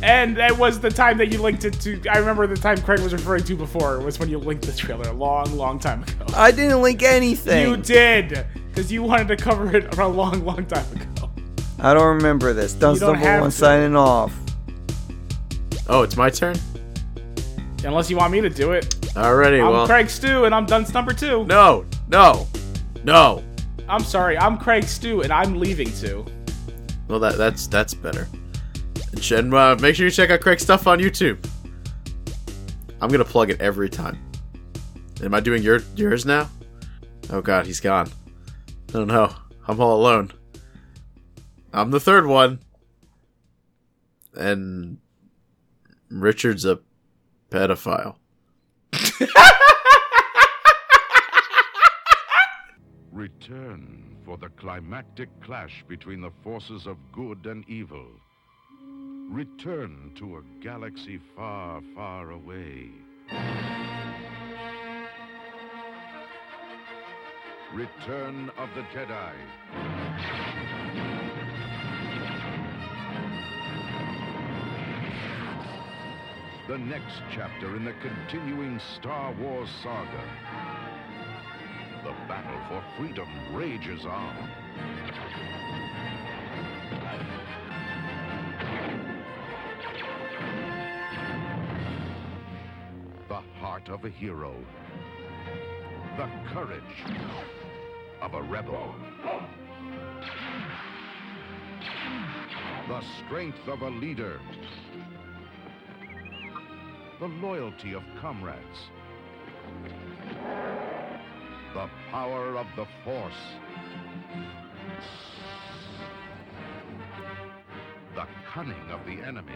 [SPEAKER 4] and that was the time that you linked it to. I remember the time Craig was referring to before was when you linked the trailer a long, long time ago.
[SPEAKER 2] I didn't link anything.
[SPEAKER 4] You did, because you wanted to cover it a long, long time ago.
[SPEAKER 2] I don't remember this.
[SPEAKER 4] You
[SPEAKER 2] Dunce
[SPEAKER 4] don't
[SPEAKER 2] number
[SPEAKER 4] have
[SPEAKER 2] one
[SPEAKER 4] to.
[SPEAKER 2] signing off.
[SPEAKER 3] Oh, it's my turn.
[SPEAKER 4] Unless you want me to do it.
[SPEAKER 3] Alrighty,
[SPEAKER 4] I'm
[SPEAKER 3] well,
[SPEAKER 4] Craig Stew, and I'm Dunce number two.
[SPEAKER 3] no, no, no.
[SPEAKER 4] I'm sorry, I'm Craig Stew, and I'm leaving too.
[SPEAKER 3] Well, that that's that's better. And uh, make sure you check out Craig's stuff on YouTube. I'm gonna plug it every time. Am I doing your yours now? Oh God, he's gone. I don't know. I'm all alone. I'm the third one, and Richard's a pedophile.
[SPEAKER 5] Return for the climactic clash between the forces of good and evil. Return to a galaxy far, far away. Return of the Jedi. The next chapter in the continuing Star Wars saga. The battle for freedom rages on. The heart of a hero. The courage of a rebel. The strength of a leader. The loyalty of comrades. The power of the Force. The cunning of the enemy.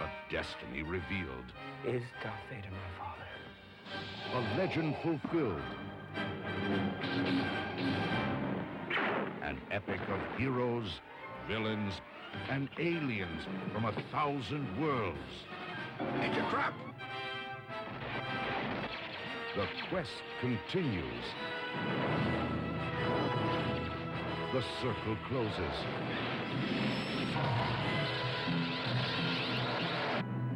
[SPEAKER 5] A destiny revealed.
[SPEAKER 6] Is Darth Vader my father?
[SPEAKER 5] A legend fulfilled. An epic of heroes, villains, and aliens from a thousand worlds. Eat your crap! The quest continues. The circle closes.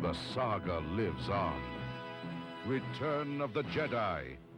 [SPEAKER 5] The saga lives on. Return of the Jedi.